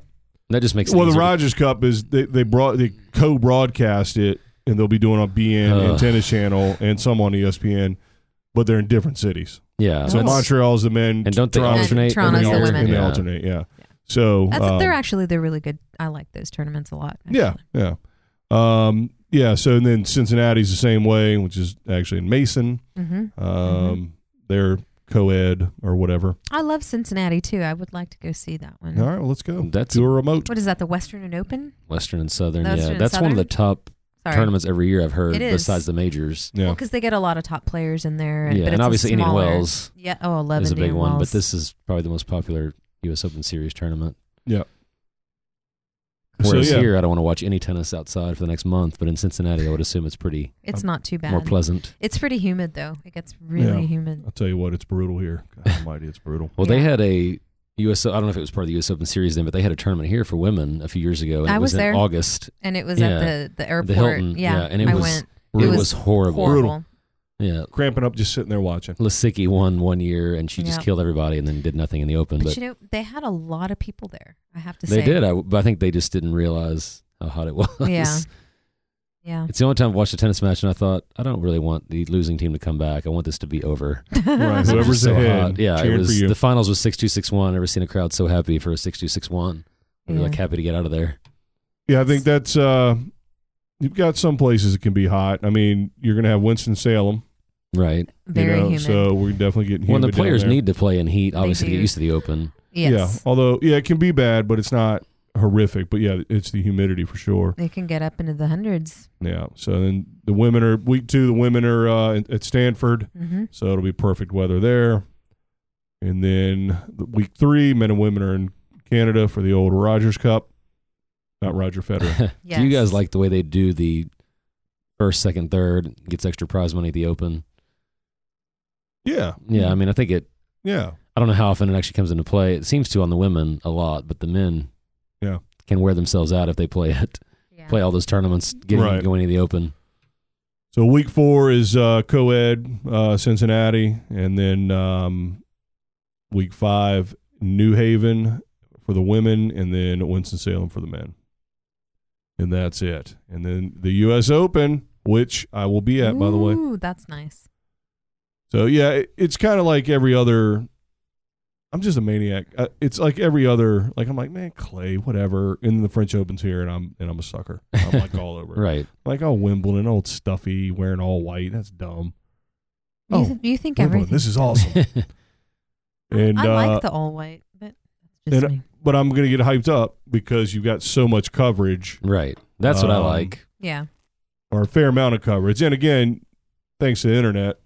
Speaker 3: That just makes it
Speaker 2: Well, the
Speaker 3: easier.
Speaker 2: Rogers Cup is they they brought they co-broadcast it, and they'll be doing on BN
Speaker 3: Ugh.
Speaker 2: and Tennis Channel and some on E ESPN, but they're in different cities.
Speaker 3: yeah.
Speaker 2: So
Speaker 4: That's-
Speaker 2: Montreal's the men,
Speaker 3: and don't they
Speaker 2: Toronto's-
Speaker 4: alternate
Speaker 3: alternate?
Speaker 4: Toronto's
Speaker 3: every
Speaker 4: the
Speaker 3: year?
Speaker 4: women.
Speaker 2: and they
Speaker 3: Yeah.
Speaker 2: alternate, yeah. So
Speaker 4: That's,
Speaker 2: um,
Speaker 4: they're actually they're really good. I like those tournaments a lot.
Speaker 2: Yeah,
Speaker 4: actually.
Speaker 2: yeah, um, yeah. So and then Cincinnati's the same way, which is actually in Mason.
Speaker 4: Mhm.
Speaker 2: Um, They're co-ed or whatever.
Speaker 4: I love Cincinnati too. I would like to go see that one.
Speaker 2: All right, well, let's go.
Speaker 3: That's
Speaker 2: Do a remote.
Speaker 4: Mm-hmm. What is that? The Western and Open?
Speaker 3: Western and Southern.
Speaker 4: Western
Speaker 3: yeah.
Speaker 4: and
Speaker 3: That's one of the
Speaker 4: Southern?
Speaker 3: top
Speaker 4: Sorry.
Speaker 3: tournaments every year I've heard
Speaker 4: It is.
Speaker 3: besides the majors.
Speaker 2: Yeah.
Speaker 4: because they get a lot of top players in there. And,
Speaker 3: yeah.
Speaker 4: but it's
Speaker 3: And
Speaker 4: a
Speaker 3: obviously Indian
Speaker 4: smaller-
Speaker 3: Wells
Speaker 4: Yeah. Oh, I love
Speaker 3: is a
Speaker 4: Indian
Speaker 3: big one, but
Speaker 4: Wells.
Speaker 3: this is probably the most popular US Open Series tournament.
Speaker 2: So,
Speaker 3: Whereas
Speaker 2: yeah.
Speaker 3: here, I don't want to watch any tennis outside for the next month, but in Cincinnati, I would assume it's pretty
Speaker 4: it's not too bad.
Speaker 3: more pleasant.
Speaker 4: it's pretty humid though. It gets really
Speaker 2: Yeah.
Speaker 4: humid.
Speaker 2: I'll tell you what, it's brutal here. God almighty, it's brutal.
Speaker 3: Well, they
Speaker 4: Yeah.
Speaker 3: had a U.S. I don't know if it was part of the U.S. Open Series then, but they had a tournament here for women a few years ago, and
Speaker 4: I
Speaker 3: it was,
Speaker 4: was there.
Speaker 3: in August.
Speaker 4: And it was
Speaker 3: Yeah.
Speaker 4: at the the airport.
Speaker 3: Hilton, yeah, and it
Speaker 4: I
Speaker 3: was
Speaker 4: went.
Speaker 3: It,
Speaker 4: was
Speaker 3: was, horrible.
Speaker 4: Horrible.
Speaker 2: Brutal.
Speaker 3: Yeah,
Speaker 2: Cramping up just sitting there watching.
Speaker 3: Lasicki won one year, and she just
Speaker 4: Yeah.
Speaker 3: killed everybody, and then did nothing in the Open.
Speaker 4: But,
Speaker 3: But,
Speaker 4: you know, they had a lot of people there. I have to
Speaker 3: they
Speaker 4: say
Speaker 3: did. I, but I think they just didn't realize how hot it [laughs] was.
Speaker 4: Yeah. Yeah.
Speaker 3: It's the only time I've watched a tennis match, and I thought, I don't really want the losing team to come back. I want this to be over.
Speaker 4: [laughs]
Speaker 2: Right,
Speaker 3: It was
Speaker 2: whoever's
Speaker 3: so
Speaker 2: ahead,
Speaker 3: hot. Yeah, it
Speaker 2: cheering for
Speaker 3: was,
Speaker 2: you.
Speaker 3: the finals was six two six one. Never seen a crowd so happy for a six two six one. They were
Speaker 4: Yeah.
Speaker 3: like happy to get out of there.
Speaker 2: Yeah, I think that's uh you've got some places it can be hot. I mean, you're gonna have Winston Salem.
Speaker 3: Right.
Speaker 4: Very
Speaker 2: you know,
Speaker 4: humid.
Speaker 2: So we're definitely getting
Speaker 3: Well,
Speaker 2: humid
Speaker 3: and the
Speaker 2: down
Speaker 3: players
Speaker 2: there.
Speaker 3: need to play in heat, obviously, to
Speaker 4: do.
Speaker 3: get used to the Open. [laughs]
Speaker 4: yes.
Speaker 2: Yeah. Although yeah, it can be bad, but it's not horrific. But yeah, it's the humidity for sure.
Speaker 4: They can get up into the 100s
Speaker 2: Yeah. So then the women are week two, the women are uh, in- at Stanford,
Speaker 4: Mm-hmm.
Speaker 2: so it'll be perfect weather there. And then the- week three, men and women are in Canada for the old Rogers Cup. Not Roger Federer.
Speaker 3: Do you
Speaker 4: Yes.
Speaker 3: guys like the way they do the first, second, third gets extra prize money at the Open?
Speaker 2: yeah.
Speaker 3: Yeah,
Speaker 4: Mm-hmm.
Speaker 3: I mean, I think it.
Speaker 2: Yeah.
Speaker 3: I don't know how often it actually comes into play. It seems to on the women a lot, but the men,
Speaker 2: Yeah.
Speaker 3: can wear themselves out if they play it,
Speaker 4: Yeah.
Speaker 3: play all those tournaments, getting
Speaker 2: Right.
Speaker 3: going to the Open.
Speaker 2: So week four is uh, co-ed uh, Cincinnati, and then um, week five New Haven for the women, and then Winston Salem for the men, and that's it. And then the U.S. Open, which I will be at, by the way.
Speaker 4: Ooh, that's nice.
Speaker 2: So yeah, it, it's kind of like every other I'm just a maniac. Uh, It's like every other. Like I'm like, man, clay, whatever. And the French Open's here, and I'm and I'm a sucker. I'm like all over. it.
Speaker 3: [laughs] Right.
Speaker 2: Like oh Wimbledon, old stuffy, wearing all white. That's dumb.
Speaker 4: You,
Speaker 2: Oh,
Speaker 4: th- you think
Speaker 2: Wimbledon,
Speaker 4: everything.
Speaker 2: this is awesome. And
Speaker 4: I
Speaker 2: uh,
Speaker 4: like the all white, but that's just
Speaker 2: and-
Speaker 4: me.
Speaker 2: but I'm gonna get hyped up because you've got so much coverage
Speaker 3: [laughs] right. That's what I
Speaker 2: Um,
Speaker 3: like.
Speaker 4: Yeah.
Speaker 2: or a fair amount of coverage. And again, thanks to the internet,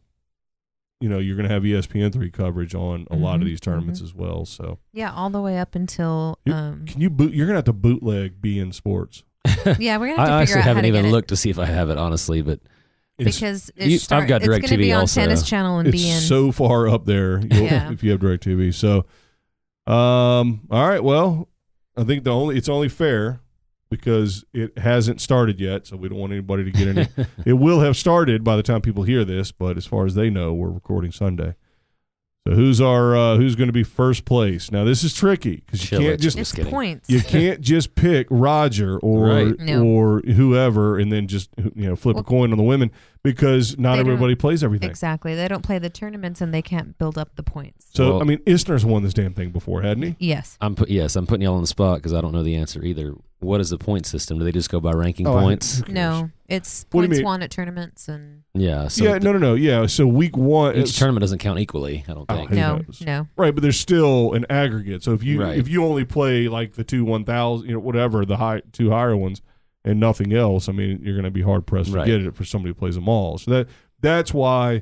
Speaker 2: you know, you're gonna have E ESPN three coverage on a lot of
Speaker 4: Mhm,
Speaker 2: these tournaments as well. So
Speaker 4: Yeah, all the way up until.
Speaker 2: You-
Speaker 4: um
Speaker 2: can you boot? You're gonna have to bootleg be in sports.
Speaker 3: [laughs]
Speaker 4: Yeah, we're going to
Speaker 3: I
Speaker 4: have to figure
Speaker 3: honestly
Speaker 4: out how
Speaker 3: haven't
Speaker 4: to
Speaker 3: even
Speaker 4: get
Speaker 3: looked to see if I have it, honestly, but
Speaker 4: it
Speaker 2: It's
Speaker 4: because
Speaker 3: you-
Speaker 4: it's
Speaker 3: I've
Speaker 4: start,
Speaker 3: got
Speaker 4: it's going to
Speaker 3: DirecTV
Speaker 4: be on
Speaker 3: also.
Speaker 4: Tennis Channel and
Speaker 2: it's
Speaker 4: be in.
Speaker 2: so far up
Speaker 4: [laughs]
Speaker 2: there you'll,
Speaker 4: Yeah.
Speaker 2: if you have DirecTV. So, um, all right. Well, I think the only it's only fair because it hasn't started yet, so we don't want anybody to get any. it will have started by the time people hear this, but as far as they know, we're recording Sunday. So who's our uh, who's going to be first place? Now this is tricky because you
Speaker 3: Chill
Speaker 2: can't
Speaker 3: it.
Speaker 2: just
Speaker 3: Just
Speaker 4: it's
Speaker 3: kidding.
Speaker 4: points.
Speaker 2: you can't just pick Roger or
Speaker 3: Right.
Speaker 4: No.
Speaker 2: or whoever and then just you know flip
Speaker 4: Well-
Speaker 2: a coin on the women because not
Speaker 4: They don't-
Speaker 2: everybody plays everything.
Speaker 4: Exactly. They don't play the tournaments and they can't build up the points.
Speaker 2: So
Speaker 3: Well-
Speaker 2: I mean, Isner's won this damn thing before, hadn't he?
Speaker 4: Yes.
Speaker 3: [laughs] I'm put, yes, I'm putting y'all on the spot because I don't know the answer either. What is the point system? Do they just go by ranking
Speaker 2: Oh, I- [laughs]
Speaker 3: points?
Speaker 2: who cares?
Speaker 4: No, it's
Speaker 2: What do you
Speaker 4: points
Speaker 2: mean?
Speaker 4: won at tournaments and
Speaker 3: yeah. So
Speaker 2: yeah, no, no, no. Yeah. So week one,
Speaker 3: each tournament doesn't count equally. I don't
Speaker 2: Oh,
Speaker 3: think.
Speaker 2: Who
Speaker 4: no,
Speaker 2: knows?
Speaker 4: no.
Speaker 2: right? But there's still an aggregate. So if you
Speaker 3: Right.
Speaker 2: if you only play like the two one thousand, you know, whatever the high two higher ones, and nothing else, I mean, you're going to be hard pressed
Speaker 3: Right.
Speaker 2: to get it for somebody who plays them all. So that that's why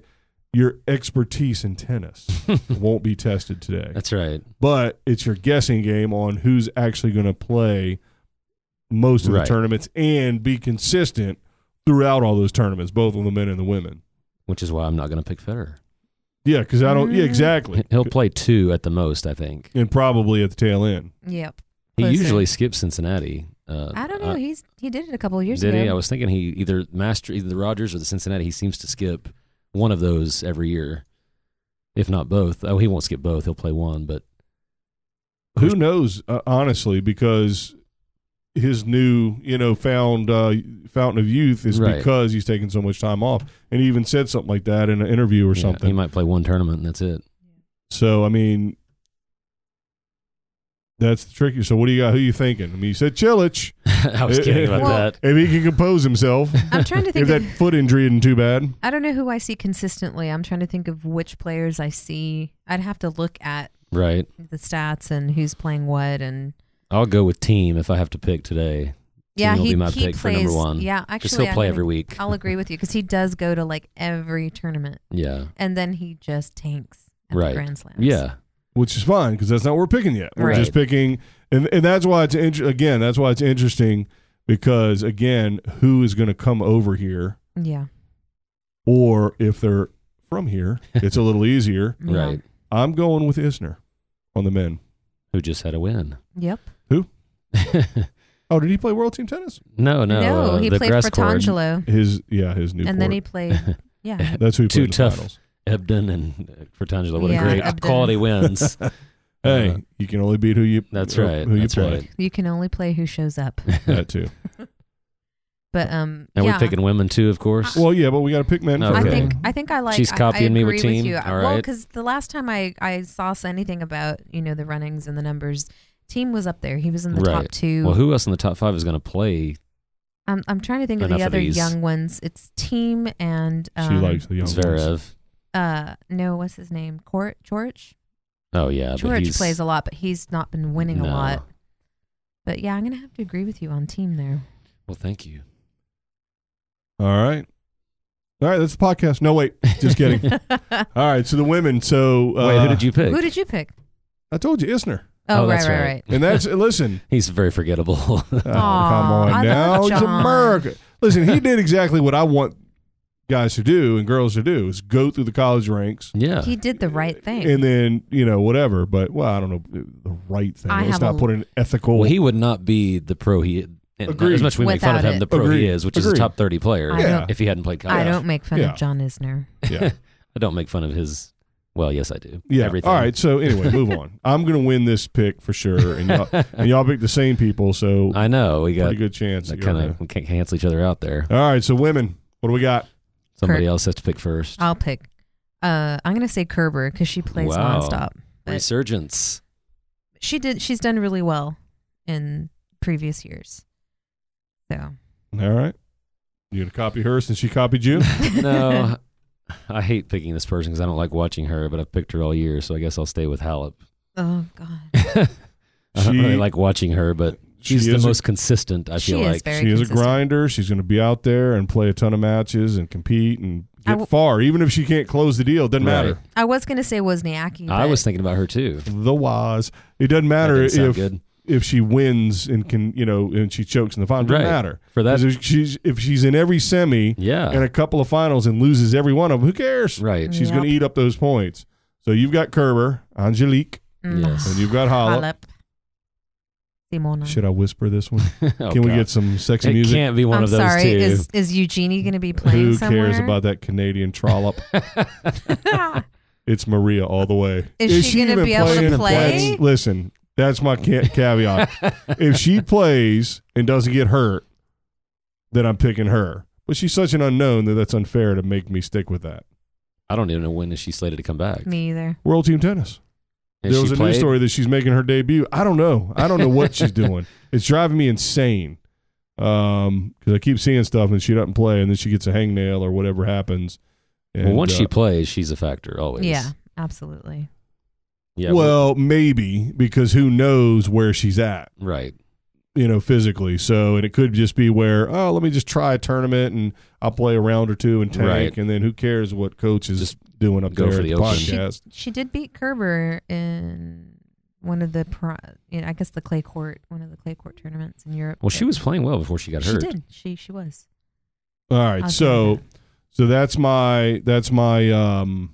Speaker 2: your expertise in tennis
Speaker 3: [laughs]
Speaker 2: won't be tested today.
Speaker 3: That's right.
Speaker 2: but it's your guessing game on who's actually going to play most of
Speaker 3: Right.
Speaker 2: the tournaments and be consistent throughout all those tournaments, both on the men and the women.
Speaker 3: Which is why I'm not going to pick Federer.
Speaker 2: Yeah, because I don't. Yeah,
Speaker 4: Mhm.
Speaker 2: exactly.
Speaker 3: Mm-hmm. He'll play two at the most, I think.
Speaker 2: and probably at the tail end.
Speaker 4: Yep.
Speaker 3: He
Speaker 4: Closer.
Speaker 3: usually skips Cincinnati. Uh,
Speaker 4: I don't know.
Speaker 3: uh,
Speaker 4: He's he did it a couple of years
Speaker 3: did
Speaker 4: ago.
Speaker 3: he? I was thinking he either mastered either the Rogers or the Cincinnati. He seems to skip one of those every year, if not both. Oh, he won't skip both. He'll play one, but
Speaker 2: Who knows? Uh, honestly, because his new, you know, found uh, fountain of youth is
Speaker 3: Right.
Speaker 2: because he's taking so much time off, and he even said something like that in an interview or
Speaker 3: yeah,
Speaker 2: something.
Speaker 3: he might play one tournament and that's it.
Speaker 2: [laughs] So I mean, that's the tricky. So what do you got? Who you thinking? I mean, you said Chilich.
Speaker 3: I was kidding about
Speaker 4: Well-
Speaker 3: that.
Speaker 2: If he can compose himself,
Speaker 3: [laughs]
Speaker 4: I'm trying to
Speaker 2: if
Speaker 4: think.
Speaker 2: that
Speaker 4: Of,
Speaker 2: foot injury isn't too bad.
Speaker 4: I don't know who I see consistently. I'm trying to think of which players I see. I'd have to look at
Speaker 3: Right.
Speaker 4: the stats and who's playing what and
Speaker 3: I'll go with team if I have to pick today.
Speaker 4: yeah,
Speaker 3: Team will
Speaker 4: he,
Speaker 3: be my
Speaker 4: he
Speaker 3: pick
Speaker 4: plays.
Speaker 3: for number one.
Speaker 4: Yeah, actually,
Speaker 3: Because he'll
Speaker 4: I'm
Speaker 3: play
Speaker 4: gonna-
Speaker 3: every week.
Speaker 4: I'll agree with you because he does go to like every tournament
Speaker 3: Yeah.
Speaker 4: and then he just tanks at
Speaker 3: Right.
Speaker 4: the Grand Slams.
Speaker 3: Yeah.
Speaker 2: which is fine because that's not what we're picking yet. We're
Speaker 4: Right.
Speaker 2: just picking, and and that's why it's inter- again. That's why it's interesting because again, who is going to come over here,
Speaker 4: yeah,
Speaker 2: or if they're from here,
Speaker 3: [laughs]
Speaker 2: it's a little easier.
Speaker 4: Yeah.
Speaker 3: Right.
Speaker 2: I'm going with Isner on the men.
Speaker 3: Who just had a win? [laughs]
Speaker 4: Yep.
Speaker 2: Oh, did he play world team tennis?
Speaker 3: no, no. uh,
Speaker 4: he
Speaker 3: the
Speaker 4: played
Speaker 3: grass
Speaker 4: for
Speaker 3: court.
Speaker 4: Tangelo,
Speaker 2: His yeah, his new.
Speaker 4: and then he
Speaker 2: court.
Speaker 3: [laughs]
Speaker 4: played. Yeah,
Speaker 2: that's who he played
Speaker 3: Too
Speaker 2: in the
Speaker 3: tough.
Speaker 2: finals.
Speaker 3: Ebden and uh, Fertangelo. What
Speaker 4: Yeah,
Speaker 3: a great
Speaker 4: Ebden.
Speaker 3: quality
Speaker 4: [laughs]
Speaker 3: wins.
Speaker 2: [laughs] Hey,
Speaker 3: Uh,
Speaker 2: you can only beat who you.
Speaker 3: that's
Speaker 2: who
Speaker 3: right.
Speaker 2: you
Speaker 3: that's
Speaker 2: play.
Speaker 3: right.
Speaker 4: you can only play who shows up.
Speaker 3: [laughs]
Speaker 2: That too.
Speaker 4: But um,
Speaker 3: And
Speaker 4: yeah.
Speaker 3: we're picking women too, of course.
Speaker 2: Well, yeah, but we got to pick men.
Speaker 3: Okay.
Speaker 4: I
Speaker 2: first.
Speaker 4: think I think I like.
Speaker 3: She's
Speaker 4: I- I,
Speaker 3: copying me with
Speaker 4: agree
Speaker 3: team?
Speaker 4: you. I-
Speaker 3: All
Speaker 4: Well,
Speaker 3: right.
Speaker 4: because the last time I I saw anything about you know the runnings and the numbers, team was up there. He was in the top
Speaker 3: Right.
Speaker 4: two.
Speaker 3: Well, who else in the top five is going to play?
Speaker 4: I'm I'm trying to think of
Speaker 3: Enough
Speaker 4: the
Speaker 3: of
Speaker 4: other
Speaker 3: these.
Speaker 4: young ones. It's team and um,
Speaker 2: she likes the young ones.
Speaker 3: Zverev.
Speaker 4: uh no what's his name Court Chorich
Speaker 3: Oh yeah, but
Speaker 4: Chorich
Speaker 3: he's
Speaker 4: plays a lot, but he's not been winning
Speaker 3: No.
Speaker 4: a lot. But yeah, I'm gonna have to agree with you on
Speaker 3: [laughs]
Speaker 4: team there.
Speaker 3: Well, thank you.
Speaker 2: All right, all right. That's the podcast. No, wait,
Speaker 3: [laughs]
Speaker 2: just kidding.
Speaker 4: who
Speaker 2: All right, so the women. So uh,
Speaker 3: Wait, who did you pick?
Speaker 4: did you pick?
Speaker 2: I told you Isner,
Speaker 4: Oh,
Speaker 3: Oh,
Speaker 4: right,
Speaker 3: that's
Speaker 4: right,
Speaker 3: right.
Speaker 4: right.
Speaker 2: and that's listen.
Speaker 3: [laughs] He's very forgettable. [laughs]
Speaker 2: Oh, come on
Speaker 4: I love
Speaker 2: now, he's
Speaker 4: John.
Speaker 2: America. Listen, he did exactly what I want guys to do and girls to do is go through the college ranks,
Speaker 3: yeah.
Speaker 4: He did the right thing.
Speaker 2: and then you know whatever. But well, I don't know the right thing.
Speaker 4: I
Speaker 2: Let's
Speaker 4: have
Speaker 2: not
Speaker 4: a-
Speaker 2: put an ethical.
Speaker 3: well, he would not be the pro he. and
Speaker 2: Agreed.
Speaker 3: As much we make fun of
Speaker 4: Without
Speaker 3: him,
Speaker 4: it.
Speaker 3: the pro he
Speaker 2: Agreed.
Speaker 3: is, which is a
Speaker 2: Agreed.
Speaker 3: top thirty player.
Speaker 4: I
Speaker 2: Yeah. don't-
Speaker 3: If he hadn't played college,
Speaker 4: I don't make fun
Speaker 2: Yeah.
Speaker 4: of John Isner.
Speaker 2: yeah,
Speaker 3: I don't make fun of his. Well, yes, I do.
Speaker 2: yeah.
Speaker 3: Everything.
Speaker 2: All
Speaker 3: [laughs]
Speaker 2: right. So anyway, move on. I'm gonna win this pick for sure, and
Speaker 3: [laughs]
Speaker 2: y'all, and y'all pick the same people, so
Speaker 3: I know we got
Speaker 2: pretty good chance. that
Speaker 3: that
Speaker 2: you're
Speaker 3: kind of we can't cancel each other out there.
Speaker 2: gonna- All right. So women, what do we got?
Speaker 3: Somebody
Speaker 4: Kurt.
Speaker 3: else has to pick first.
Speaker 4: I'll pick. Uh, I'm gonna say Kerber because she plays
Speaker 3: Wow.
Speaker 4: nonstop. But
Speaker 3: Resurgence.
Speaker 4: she did. She's done really well in previous years. So
Speaker 2: All right. You going to copy her since she copied you?
Speaker 3: no, I hate picking this person because I don't like watching her, but I've picked her all year, so I guess I'll stay with Hallop.
Speaker 4: oh god,
Speaker 3: [laughs] I don't
Speaker 2: She-
Speaker 3: really like watching her, but
Speaker 2: She
Speaker 3: [laughs] she's the
Speaker 2: is a-
Speaker 3: most consistent. I feel
Speaker 4: She is
Speaker 3: like
Speaker 4: very-
Speaker 2: she is a
Speaker 4: consistent.
Speaker 2: grinder. She's going to be out there and play a ton of matches and compete and
Speaker 4: I
Speaker 2: get
Speaker 4: w-
Speaker 2: far. Even if she can't close the deal, it doesn't
Speaker 3: Right.
Speaker 2: matter.
Speaker 4: I was gonna say Wozniacki.
Speaker 3: I
Speaker 4: but
Speaker 3: was thinking about her too.
Speaker 2: The was. It doesn't
Speaker 3: That
Speaker 2: matter
Speaker 3: didn't sound
Speaker 2: if
Speaker 3: good.
Speaker 2: if she wins and can you know and she chokes in the final. Doesn't
Speaker 3: Right.
Speaker 2: matter
Speaker 3: For
Speaker 2: 'Cause
Speaker 3: that,
Speaker 2: if she's if she's in every semi
Speaker 3: yeah,
Speaker 2: and a couple of finals and loses every one of them, who cares?
Speaker 3: right. [laughs]
Speaker 4: [laughs]
Speaker 2: She's going to
Speaker 4: Yep.
Speaker 2: eat up those points. So you've got Kerber, Angelique,
Speaker 4: Mm.
Speaker 3: Yes.
Speaker 2: and you've got Holla.
Speaker 4: Halep. Simona.
Speaker 2: Should I whisper this one?
Speaker 3: Oh,
Speaker 2: Can we
Speaker 3: God.
Speaker 2: get some sexy
Speaker 3: It
Speaker 2: music?
Speaker 3: can't be one
Speaker 4: I'm
Speaker 3: of those
Speaker 4: sorry.
Speaker 3: two. [laughs]
Speaker 4: Is is Eugenie gonna be playing
Speaker 2: Who
Speaker 4: somewhere?
Speaker 2: cares
Speaker 4: [laughs]
Speaker 2: about that Canadian trollop? it's Maria all the way.
Speaker 4: Is she gonna
Speaker 2: even
Speaker 4: be able to
Speaker 2: playing?
Speaker 4: play?
Speaker 2: That's- listen, that's my ca- caveat. if she plays and doesn't get hurt, then I'm picking her. But she's such an unknown that that's unfair to make me stick with that.
Speaker 3: [laughs] I don't even know when is she slated to come back.
Speaker 4: Me either.
Speaker 2: World Team Tennis.
Speaker 3: Has
Speaker 2: there
Speaker 3: she
Speaker 2: was a
Speaker 3: played?
Speaker 2: news story that she's making her debut. I don't know. I don't know what
Speaker 3: [laughs]
Speaker 2: she's doing. It's driving me insane. Um, because I keep seeing stuff and she doesn't play, and then she gets a hangnail or whatever happens. And,
Speaker 3: well, once
Speaker 2: uh,
Speaker 3: she plays, she's a factor always.
Speaker 4: Yeah, absolutely.
Speaker 3: Yeah.
Speaker 2: well, maybe because who knows where she's at,
Speaker 3: right.
Speaker 2: you know, physically. So, and it could just be where, oh, let me just try a tournament and I'll play a round or two and tank,
Speaker 3: Right.
Speaker 2: and then who cares what coach is
Speaker 3: Just
Speaker 2: doing up
Speaker 3: go
Speaker 2: there
Speaker 3: for
Speaker 2: at
Speaker 3: the
Speaker 2: the
Speaker 3: open.
Speaker 2: podcast?
Speaker 4: She did beat Kerber in one of the, pro, you know, I guess the clay court, one of the clay court tournaments in Europe.
Speaker 3: Well, she
Speaker 4: but
Speaker 3: was playing well before she got
Speaker 4: She
Speaker 3: hurt.
Speaker 4: did. She she was.
Speaker 2: All right,
Speaker 4: I'll give
Speaker 2: so
Speaker 4: you that.
Speaker 2: so that's my that's my um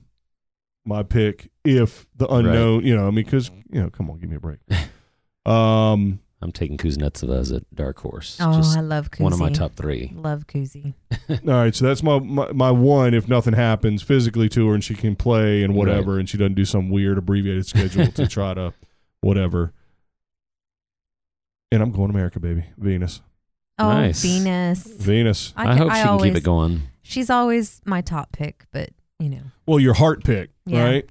Speaker 2: my pick. If the unknown, you know, I mean, because you know, come on, give me a
Speaker 3: [laughs]
Speaker 2: break. um,
Speaker 3: I'm taking Kuznetsova as a dark horse.
Speaker 4: Oh,
Speaker 3: Just
Speaker 4: I love Kuzi.
Speaker 3: one of my top three.
Speaker 4: Love Kuzi.
Speaker 3: [laughs]
Speaker 2: all right, so that's my, my my one. If nothing happens physically to her and she can play and whatever, and she doesn't do some weird abbreviated schedule
Speaker 3: [laughs]
Speaker 2: to try to whatever. And I'm going America, baby, Venus,
Speaker 4: Oh,
Speaker 3: Nice.
Speaker 4: Venus.
Speaker 2: Venus.
Speaker 3: I, hope she
Speaker 4: always,
Speaker 3: can keep it going.
Speaker 4: She's always my top pick, but you know,
Speaker 2: Well, your heart pick,
Speaker 4: Yeah.
Speaker 2: right?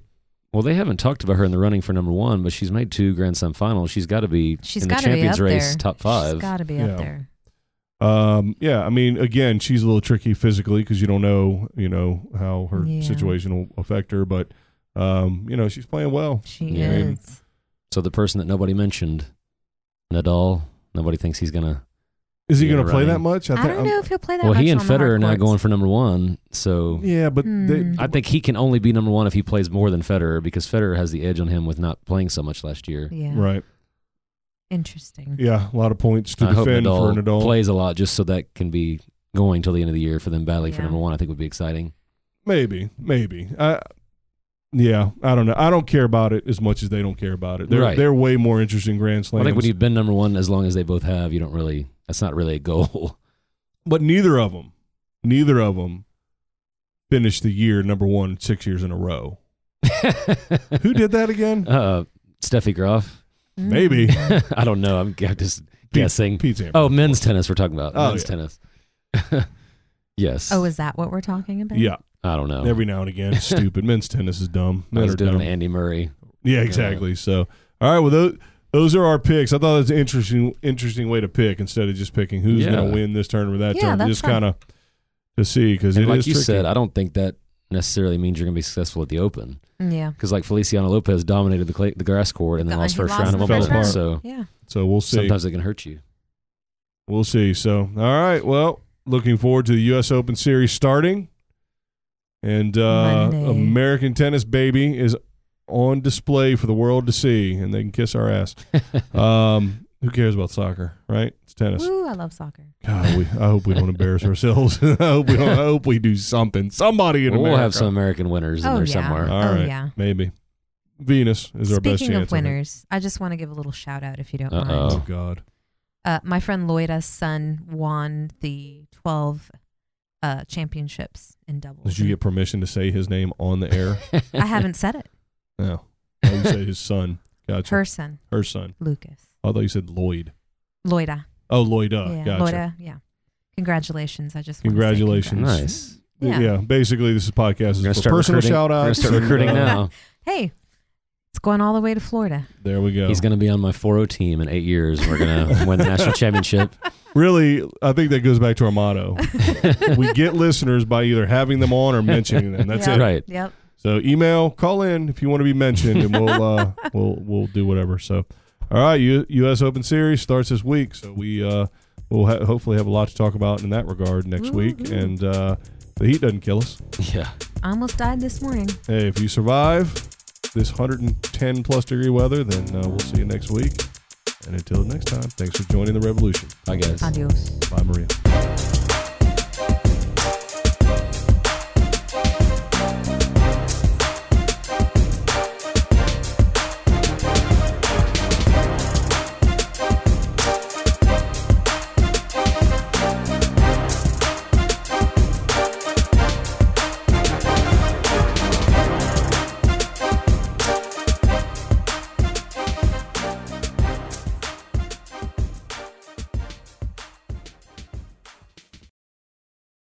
Speaker 3: Well, they haven't talked about her in the running for number one, but she's made two Grand Slam finals. She's got to be
Speaker 4: she's
Speaker 3: in the
Speaker 4: got to be up
Speaker 3: Champions Race
Speaker 4: there.
Speaker 3: top five.
Speaker 4: She's got to be
Speaker 2: Yeah.
Speaker 4: up there.
Speaker 2: Um, yeah, I mean, again, she's a little tricky physically because you don't know, you know, how her
Speaker 4: Yeah.
Speaker 2: situation will affect her. But, um, you know, she's playing well.
Speaker 4: She
Speaker 3: Yeah.
Speaker 4: is.
Speaker 3: so the person that nobody mentioned, Nadal, nobody thinks he's gonna.
Speaker 2: Is he
Speaker 3: Yeah,
Speaker 2: going to play
Speaker 3: right.
Speaker 2: that much?
Speaker 4: I,
Speaker 2: thi-
Speaker 4: don't
Speaker 2: I'm-
Speaker 4: know if he'll play that
Speaker 3: well,
Speaker 4: much
Speaker 3: he and
Speaker 4: on the hard
Speaker 3: Federer are now
Speaker 4: courts.
Speaker 3: going for number one, so
Speaker 2: Yeah, but they,
Speaker 4: Hmm.
Speaker 3: I think he can only be number one if he plays more than Federer because Federer has the edge on him with not playing so much last year.
Speaker 4: Yeah.
Speaker 2: right?
Speaker 4: Interesting.
Speaker 2: Yeah, a lot of points to
Speaker 3: I hope
Speaker 2: defend
Speaker 3: Nadal,
Speaker 2: for Nadal.
Speaker 3: plays a lot just so that can be going till the end of the year for them battling for
Speaker 4: Yeah.
Speaker 3: number one. I think would be exciting.
Speaker 2: Maybe, maybe. I, yeah, I don't know. I don't care about it as much as they don't care about it. They're
Speaker 3: Right.
Speaker 2: they're way more interesting Grand Slams.
Speaker 3: I think when you've been number one as long as they both have, you don't really. That's not really a goal.
Speaker 2: but neither of them, neither of them, finished the year number one six years in a row. Who did that again?
Speaker 3: [laughs] Uh, Steffi
Speaker 2: [laughs]
Speaker 3: Graf.
Speaker 4: Mm.
Speaker 2: Maybe.
Speaker 3: [laughs] I don't know. I'm g-
Speaker 2: [laughs]
Speaker 3: just guessing.
Speaker 2: Pete Sampras.
Speaker 3: Oh, men's tennis. We're talking about
Speaker 2: Oh,
Speaker 3: men's
Speaker 2: yeah.
Speaker 3: tennis. [laughs] yes.
Speaker 4: [laughs] Oh, is that what we're talking about?
Speaker 2: yeah.
Speaker 3: I don't know.
Speaker 2: Every now and
Speaker 3: [laughs]
Speaker 2: again, stupid. Men's tennis is dumb.
Speaker 3: Oh. I
Speaker 2: Men
Speaker 3: was
Speaker 2: are
Speaker 3: doing
Speaker 2: dumb.
Speaker 3: an Andy Murray.
Speaker 2: Yeah, exactly. So, all right. Well, those those are our picks. I thought that's an interesting interesting way to pick instead of just picking who's
Speaker 3: Yeah.
Speaker 2: going to win this tournament or that
Speaker 4: Yeah,
Speaker 2: tournament.
Speaker 4: that's
Speaker 2: Just
Speaker 4: fun.
Speaker 2: kind of to see because it
Speaker 3: And
Speaker 2: is
Speaker 3: like you
Speaker 2: tricky.
Speaker 3: said, I don't think that necessarily means you're going to be successful at the Open.
Speaker 4: Mm, Yeah.
Speaker 3: because like Feliciano Lopez dominated the clay, the grass court and then
Speaker 4: Uh,
Speaker 3: lost
Speaker 4: he
Speaker 3: first
Speaker 4: lost
Speaker 3: round
Speaker 2: in
Speaker 3: and
Speaker 2: the
Speaker 3: won
Speaker 2: first
Speaker 3: both.
Speaker 2: round.
Speaker 3: So
Speaker 4: Yeah.
Speaker 2: so we'll see.
Speaker 3: sometimes it can
Speaker 2: [laughs]
Speaker 3: hurt you.
Speaker 2: We'll see. So, all right. Well, looking forward to the U.S. Open Series starting, and uh,
Speaker 4: Monday.
Speaker 2: American tennis baby is on display for the world to see, and they can kiss our ass. Um, who cares about soccer, right? It's tennis.
Speaker 4: Woo, I love soccer.
Speaker 2: God, we, I hope we don't embarrass ourselves. [laughs] I hope we don't, I hope we do something. Somebody in
Speaker 3: Well, we'll
Speaker 2: America. Uh,
Speaker 3: have some American winners in
Speaker 4: Oh,
Speaker 3: there
Speaker 4: yeah.
Speaker 3: somewhere.
Speaker 2: All
Speaker 4: Oh,
Speaker 2: right,
Speaker 4: yeah.
Speaker 2: maybe. Venus is our best
Speaker 4: Speaking
Speaker 2: chance.
Speaker 4: of winners, I just want to give a little shout out if you don't
Speaker 2: I
Speaker 3: Uh-oh.
Speaker 4: mind.
Speaker 2: think. Oh God.
Speaker 4: Uh, my friend Loida's son won the 12 uh, championships in doubles.
Speaker 2: Did you get permission to say his name on the air?
Speaker 4: [laughs]
Speaker 3: [laughs]
Speaker 4: I
Speaker 2: [laughs]
Speaker 4: haven't said it.
Speaker 2: no. I thought you said his son. Gotcha.
Speaker 4: Her son,
Speaker 2: Her son.
Speaker 4: Lucas.
Speaker 2: I thought you said Lloyd.
Speaker 4: Loida.
Speaker 2: Oh, Lloyda.
Speaker 4: yeah.
Speaker 2: gotcha.
Speaker 4: Loida. Yeah. Congratulations. I just wanna say
Speaker 2: Congratulations.
Speaker 4: congrats.
Speaker 2: Yeah.
Speaker 3: nice.
Speaker 4: Yeah.
Speaker 2: Basically, this podcast
Speaker 3: We're gonna
Speaker 2: is for
Speaker 3: start
Speaker 2: personal uh,
Speaker 3: recruiting.
Speaker 2: shout
Speaker 3: We're gonna
Speaker 2: outs.
Speaker 3: start recruiting now.
Speaker 4: Hey, It's going all the way to Florida.
Speaker 2: There we go.
Speaker 3: He's going to be on my 4-0 team in eight years. We're going to win
Speaker 2: [laughs]
Speaker 3: the
Speaker 4: [laughs]
Speaker 3: national championship.
Speaker 2: really, I think that goes back to our motto. [laughs] we
Speaker 4: [laughs]
Speaker 2: get listeners by either having them on or mentioning them. That's
Speaker 4: Yeah.
Speaker 2: it.
Speaker 3: Right.
Speaker 4: Yep.
Speaker 2: So email, call in if you want to be mentioned, and we'll uh, [laughs] we'll we'll do whatever. So, all right, U- U.S. Open Series starts this week, so we uh, will ha- hopefully have a lot to talk about in that regard next week.
Speaker 4: Woo-hoo.
Speaker 2: And uh, the heat doesn't kill us.
Speaker 3: Yeah.
Speaker 4: I almost died this morning.
Speaker 2: Hey, if you survive this 110 plus degree weather, then uh, we'll see you next week. And until next time, thanks for joining the revolution.
Speaker 3: I guess.
Speaker 4: Adios.
Speaker 2: Bye, Maria.